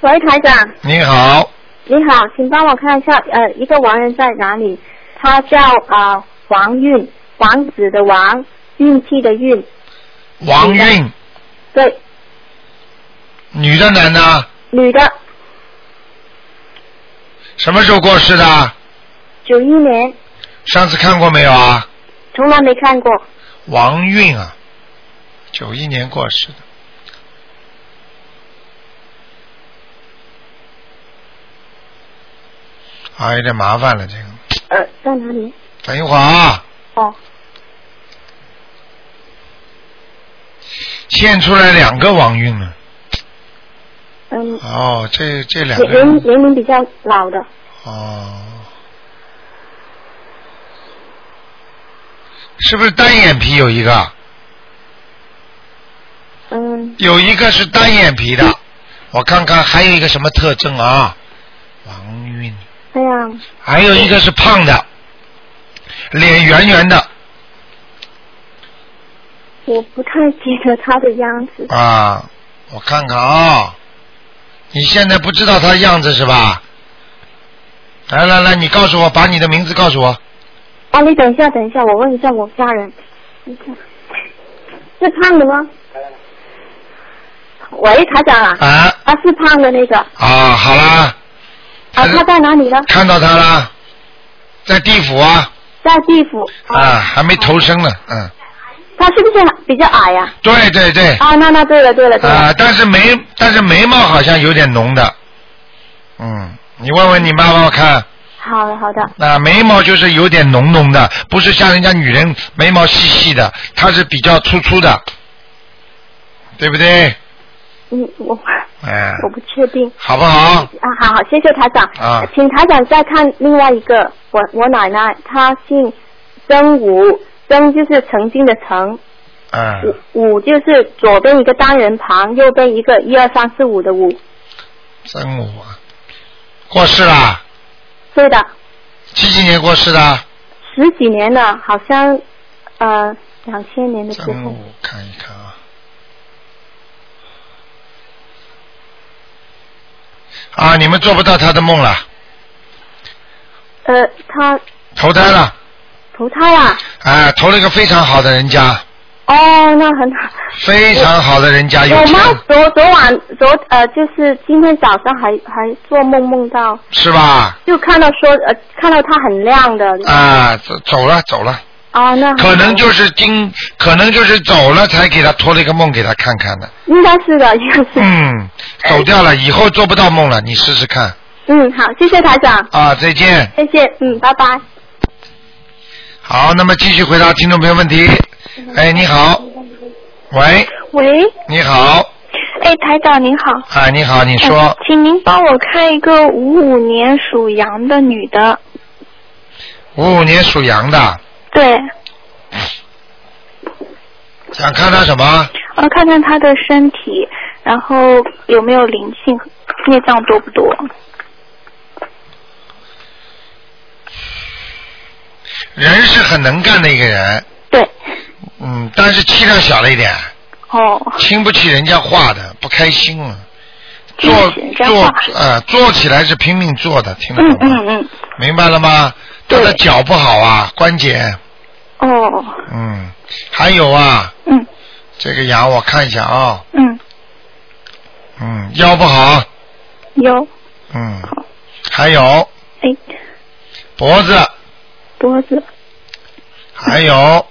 D: 喂，台长，
A: 你好，
D: 你好，请帮我看一下，呃，一个亡人在哪里？他叫啊、呃王运，王子的王，运气的运，
A: 王韵，
D: 对，
A: 女的男的？
D: 女的，
A: 什么时候过世的？
D: 九一年，
A: 上次看过没有啊？
D: 从来没看过。
A: 王韵啊，九一年过世的。啊，有点麻烦了，这个
D: 呃，在哪里？
A: 等一会儿啊，
D: 哦，
A: 现出来两个王韵了。
D: 嗯，
A: 哦，这这两个
D: 年
K: 嗯
D: 年年龄比较老的，
A: 哦，是不是单眼皮有一个？
D: 嗯，
A: 有一个是单眼皮的，我看看还有一个什么特征啊？王韵，
D: 这样，
A: 还有一个是胖的，脸圆圆的
D: 我不太记得他的样子，
A: 啊，我看看啊，你现在不知道他样子是吧？来来来，你告诉我，把你的名字告诉我。
D: 啊，你等一下，等一下，我问一下我家人。等一下是胖的吗？喂，台长啊。
A: 啊。
D: 啊，是胖的那个。啊，
A: 啊，好啦，
D: 他在哪里呢？
A: 看到他啦，在地府啊
D: 在地府。
A: 啊，还没投生呢，嗯，
D: 他是不是比较矮呀、
A: 对对对，
D: 啊？那那对了对了对了。
A: 啊，但是眉但是眉毛好像有点浓的，嗯，你问问你妈妈看，
D: 好的好的，
A: 啊，眉毛就是有点浓浓的，不是像人家女人眉毛细细的，她是比较粗粗的，对不对？
D: 嗯，我
A: 哎，
D: [laughs] 我不确定。
A: 好不好？
D: 啊，好好，谢谢台长。
A: 啊
D: 请台长再看另外一个，我我奶奶她姓曾武，曾就是曾经的曾，
A: 嗯，
D: 武就是左边一个单人旁，右边一个呃一二三四五的五。
A: 真武啊，过世啦，
D: 对的，
A: 几几年过世的？
D: 十几年了，好像呃两千年的时
A: 真
D: 候
A: 武，看一看啊。啊，你们做不到他的梦了，
D: 呃，她
A: 投胎了，
D: 投胎啦。
A: 啊，投了一个非常好的人家，
D: 哦，那很好。
A: 非常好的人家，有
D: 我
A: 钱
D: 妈昨昨晚昨呃，就是今天早上还还做梦梦到，
A: 是吧？
D: 就看到说呃，看到它很亮的。
A: 啊，走走了走了，
D: 哦，那很好
A: 可能就是今，可能就是走了才给他托了一个梦给他看看的，
D: 应该是的，应该是。
A: 嗯，
D: 哎
A: 走掉了以后做不到梦了，你试试看
D: 嗯，好，谢谢台长，
A: 啊，再见。
D: 谢谢，嗯，拜拜。
A: 好，那么继续回答听众朋友问题。哎，你好，喂，
K: 喂，
A: 你好，
K: 哎，台长您好，呃
A: 啊，你好，
K: 嗯
A: 你说
K: 哎请您帮我看一个五五年属羊的女的，
A: 五五年哦属羊的，
K: 对，
A: 想看他什么？
K: 呃，看看他的身体，然后有没有灵性，孽障多不多？
A: 人是很能干的一个人。
K: 对。
A: 嗯，但是气量小了一点，
K: 哦，
A: 听不起人家话的，不开心啊。
K: 听不
A: 做
K: 起人家
A: 做
K: 话
A: 呃，做起来是拼命做的，听得
K: 嗯
A: 懂吗？
K: 嗯嗯，
A: 明白了吗？他的脚不好啊，关节，
K: 哦，
A: 嗯，还有啊，
K: 嗯，
A: 这个羊我看一下啊，
K: 嗯，
A: 嗯，腰不好，
K: 有，
A: 嗯，还有
K: 哎，
A: 脖子，
K: 脖子，
A: 还有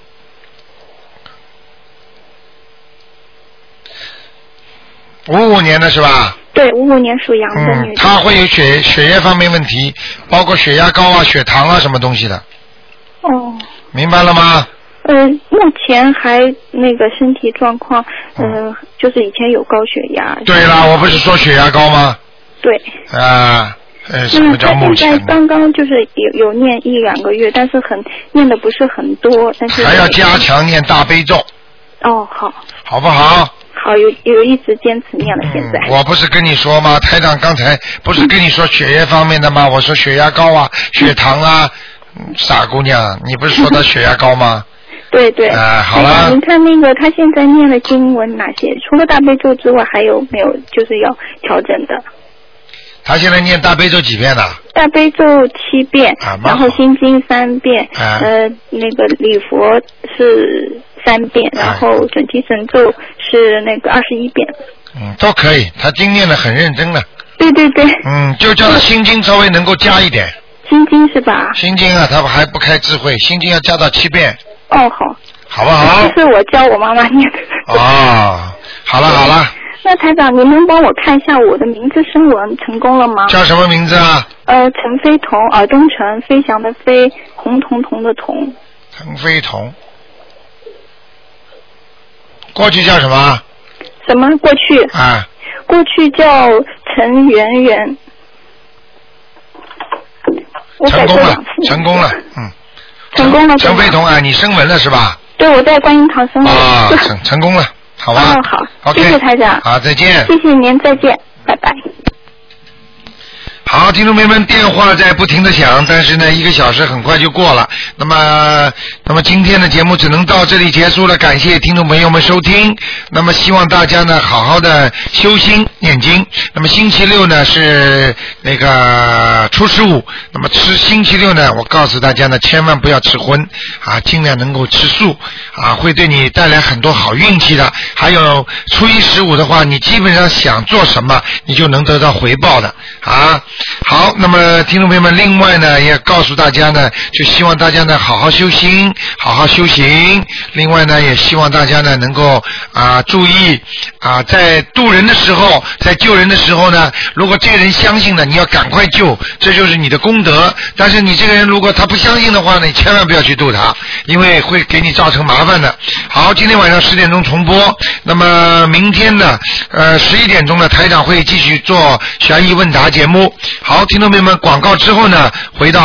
A: 五五年的是吧？
K: 对，五五年属羊的
A: 嗯
K: 女，的，
A: 他会有血血液方面问题，包括血压高啊、血糖啊什么东西的，
K: 哦，
A: 明白了吗？
K: 呃，目前还那个身体状况，呃，就是以前有高血压，
A: 嗯对啦，我不是说血压高吗？
K: 对，
A: 啊，呃，什
K: 那
A: 么叫
K: 嗯他
A: 目
K: 现
A: 前
K: 在
A: 呢？
K: 刚刚就是有有念一两个月，但是很念的不是很多，但是
A: 还要加强念大悲咒，
K: 哦，好，
A: 好不好？
K: 好有有一直坚持嗯念了，现在、
A: 我不是跟你说吗？台长刚才不是跟你说血液方面的吗？我说血压高啊，血糖啊，嗯傻姑娘，你不是说她血压高吗？
K: 对对。
A: 哎好
K: 哎呀
A: 了
K: 您看那个他现在念的经文哪些？除了大悲咒之外，还有没有就是要调整的？
A: 她现在念大悲咒几遍了？
K: 大悲咒七遍，
A: 啊蛮
K: 然后心经三遍，
A: 啊
K: 呃，那个礼佛是三遍，
A: 啊
K: 然后准提神咒是那个二十一遍。
A: 嗯，都可以，她经念的很认真了。
K: 对对对，
A: 嗯，就叫她心经稍微能够加一点。
K: 心经是吧？
A: 心经啊，她还不开智慧，心经要加到七遍，
K: 哦，好，
A: 好不
K: [laughs]
A: 好？
K: 这是我教我妈妈念的。
A: 哦，好了好了，
K: 那台长，您能帮我看一下我的名字声纹成功了吗？
A: 叫什么名字啊？
K: 呃，陈飞彤，耳东陈，飞翔的飞，红彤彤的彤，
A: 腾飞彤，过去叫什么？
K: 什么？过去
A: 啊，
K: 过去叫陈圆圆。我改
A: 成
K: 过
A: 功了
K: 两次，，
A: 成功了，嗯。
K: 成功了
A: 陈
K: 对吗
A: 飞彤啊，你升文了是吧？
K: 对，我在观音堂生活。
A: 啊，成成功了，好吧
K: 嗯，好 [laughs]
A: ，OK，
K: 谢谢台长
A: 好，再见。
K: 谢谢您，再见，拜拜。
A: 好，听众朋友们，电话在不停的响，但是呢，一个小时很快就过了。那么，那么今天的节目只能到这里结束了，感谢听众朋友们收听。那么希望大家呢，好好的修心念经。那么星期六呢是那个初十五，那么吃星期六呢，我告诉大家呢，千万不要吃荤啊，尽量能够吃素啊，会对你带来很多好运气的。还有初一十五的话，你基本上想做什么，你就能得到回报的啊。好，那么听众朋友们，另外呢，也告诉大家呢，就希望大家呢好好修心，好好修行。另外呢，也希望大家呢能够啊、注意啊、在渡人的时候，在救人的时候呢，如果这人相信了，你要赶快救，这就是你的功德。但是你这个人如果他不相信的话呢，你千万不要去渡他，因为会给你造成麻烦的。好，今天晚上十点钟重播，那么明天呢，呃，十一点钟呢，台长会继续做悬疑问答节目。好，听众朋友们，广告之后呢，回到。